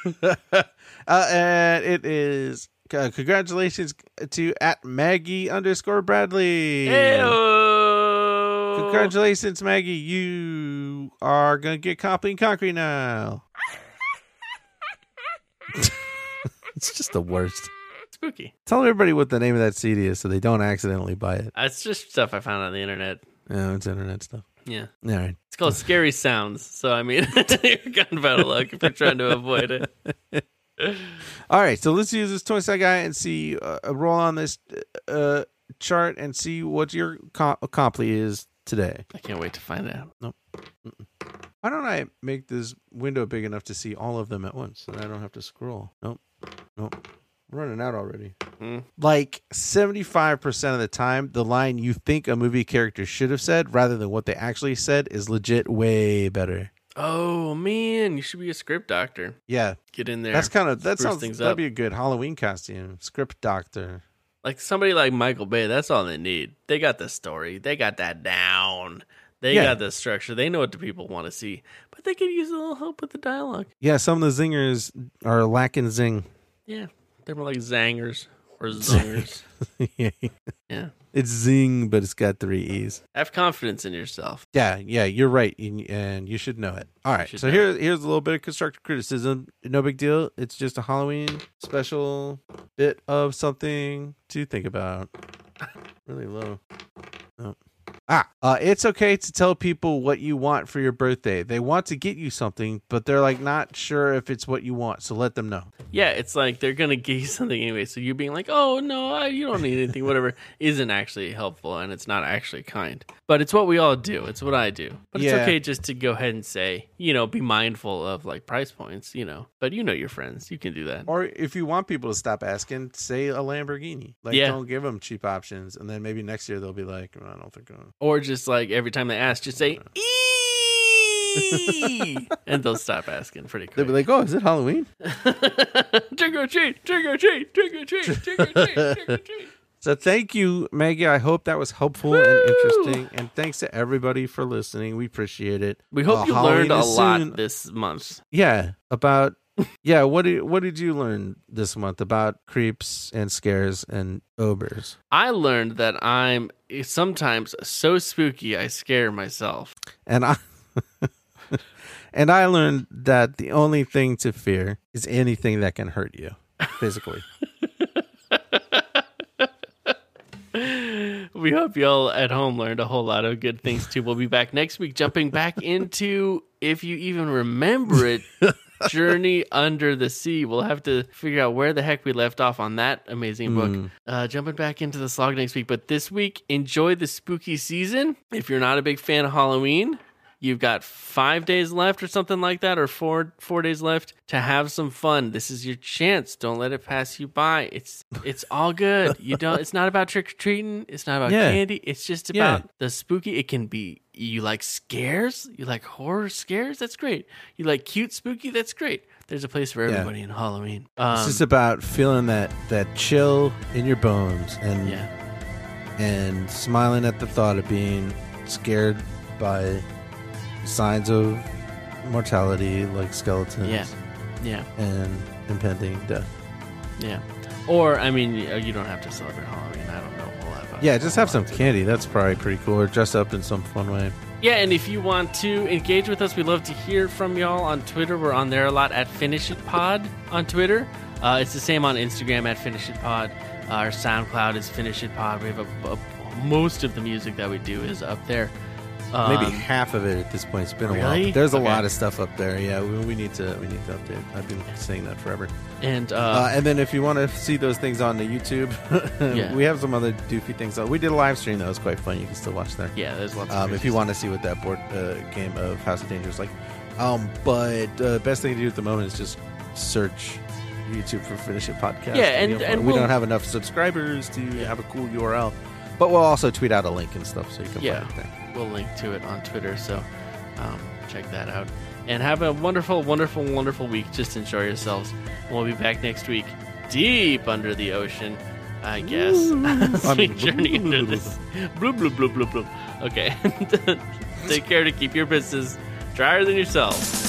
Speaker 2: uh, and it is uh, congratulations to at Maggie underscore Bradley.
Speaker 3: Ayo!
Speaker 2: Congratulations, Maggie. You are gonna get copy and concrete now. it's just the worst.
Speaker 3: Spooky.
Speaker 2: Tell everybody what the name of that CD is so they don't accidentally buy it.
Speaker 3: That's just stuff I found on the internet.
Speaker 2: Oh, it's internet stuff.
Speaker 3: Yeah.
Speaker 2: All right.
Speaker 3: It's called Scary Sounds. So, I mean, you're kind of out of luck if you're trying to avoid it.
Speaker 2: All right, so let's use this toy side guy and see uh, roll on this uh, chart and see what your com- comply is today.
Speaker 3: I can't wait to find out.
Speaker 2: Why don't I make this window big enough to see all of them at once, and I don't have to scroll? Nope, nope. I'm running out already.
Speaker 3: Hmm.
Speaker 2: Like seventy-five percent of the time, the line you think a movie character should have said, rather than what they actually said, is legit way better.
Speaker 3: Oh, man. You should be a script doctor.
Speaker 2: Yeah,
Speaker 3: Get in there.
Speaker 2: that's kind of that
Speaker 3: Spruce
Speaker 2: sounds
Speaker 3: things
Speaker 2: that'd
Speaker 3: up.
Speaker 2: be a good Halloween costume. Script doctor.
Speaker 3: like somebody like Michael Bay, that's all they need. They got the story, they got that down. They
Speaker 2: Yeah.
Speaker 3: got the structure. They know what the people want to see, but they could use a little help with the dialogue.
Speaker 2: Yeah, some of the zingers are lacking zing.
Speaker 3: Yeah. They're more like zangers or zungers.
Speaker 2: it's
Speaker 3: yeah.
Speaker 2: zing, but it's got three e's.
Speaker 3: Have confidence in yourself.
Speaker 2: Yeah, yeah, you're right, and- and you should know it. All right,
Speaker 3: should
Speaker 2: so
Speaker 3: know
Speaker 2: here, here's a little bit of constructive criticism. No big deal. It's just a Halloween special bit of something to think about. Really low. Oh. Ah, uh, it's okay to tell people what you want for your birthday. They want to get you something, but they're like not sure if it's what you want. So let them know.
Speaker 3: Yeah, it's like they're gonna give you something anyway. So you being like, "Oh no, I, you don't need anything," whatever, isn't actually helpful, and it's not actually kind. But it's what we all do. It's what I do. But it's
Speaker 2: Yeah.
Speaker 3: okay just to go ahead and say, you know, be mindful of like price points, you know. But you know your friends, you can do that.
Speaker 2: Or if you want people to stop asking, say a Lamborghini. Like,
Speaker 3: Yeah.
Speaker 2: don't give them cheap options, and then maybe next year they'll be like, "Oh, I don't think. I'm...
Speaker 3: Or just like every time they ask, just say, "Eee," and they'll stop asking pretty
Speaker 2: They'll
Speaker 3: quick.
Speaker 2: be like, "Oh, is it Halloween?
Speaker 3: trick or treat, trick or treat, trick or treat, trick or treat, trick or treat.
Speaker 2: So thank you, Maggie. I hope that was helpful and interesting. And thanks to everybody for listening. We appreciate it.
Speaker 3: We hope
Speaker 2: Uh,
Speaker 3: you
Speaker 2: Halloween
Speaker 3: learned a
Speaker 2: is
Speaker 3: lot
Speaker 2: soon.
Speaker 3: this month.
Speaker 2: Yeah, about yeah. What did what did you learn this month about creeps and scares and obers?
Speaker 3: I learned that I'm sometimes so spooky I scare myself.
Speaker 2: And I and I learned that the only thing to fear is anything that can hurt you physically.
Speaker 3: We hope y'all at home learned a whole lot of good things too. We'll be back next week, jumping back into if you even remember it. Journey Under the Sea. We'll have to figure out where the heck we left off on that amazing book. Uh, jumping back into the slog next week. But this week, enjoy the spooky season. If you're not a big fan of Halloween, You've got five days left or something like that, or four four days left to have some fun. This is your chance. Don't let it pass you by. It's it's all good. You don't it's not about trick or treating, it's not about
Speaker 2: Yeah.
Speaker 3: candy. It's just
Speaker 2: Yeah.
Speaker 3: about the spooky. It can be you like scares, you like horror scares, that's great. You like cute spooky, that's great. There's a place for everybody in Halloween. Um,
Speaker 2: it's just about feeling that that chill in your bones and
Speaker 3: yeah.
Speaker 2: and smiling at the thought of being scared by signs of mortality like skeletons
Speaker 3: Yeah. Yeah.
Speaker 2: and impending death.
Speaker 3: Yeah. Or I mean uh, you you don't have to celebrate Halloween. I don't know a whole lot about
Speaker 2: Yeah, just have
Speaker 3: Halloween.
Speaker 2: some candy. That's probably pretty cool. Or dress up in some fun way.
Speaker 3: Yeah, and if you want to engage with us, we love to hear from y'all on Twitter. We're on there a lot at Finish It Pod on Twitter. Uh, it's the same on Instagram at Finish It Pod. Uh, Our SoundCloud is Finish It Pod. We have a, a- most of the music that we do is up there. Um,
Speaker 2: Maybe half of it at this point. It's been a while.
Speaker 3: really?
Speaker 2: but There's a
Speaker 3: Okay.
Speaker 2: lot of stuff up there. Yeah, we, we need to we need to update. I've been saying that forever.
Speaker 3: and uh,
Speaker 2: Uh, and then if you want to see those things on the YouTube,
Speaker 3: Yeah.
Speaker 2: we have some other doofy things. On. We did a live stream that was quite fun. You can still watch there.
Speaker 3: yeah, there's lots.
Speaker 2: Um,
Speaker 3: of
Speaker 2: if you
Speaker 3: music.
Speaker 2: want to see what that board uh, game of House of Danger is like. Um, but uh, best thing to do at the moment is just search YouTube for Finish It Podcast.
Speaker 3: Yeah, and-
Speaker 2: you'll find-
Speaker 3: and
Speaker 2: we
Speaker 3: we'll-
Speaker 2: don't have enough subscribers to have a cool URL, but we'll also tweet out a link and stuff so you can
Speaker 3: Yeah.
Speaker 2: find it there.
Speaker 3: we'll link to it on Twitter. So um, check that out. And have a wonderful, wonderful, wonderful week. Just enjoy yourselves. We'll be back next week, deep under the ocean, I guess. Sweet journey under this. Bloop, bloop, bloop, bloop, bloop. Okay. Take care to keep your business drier than yourselves.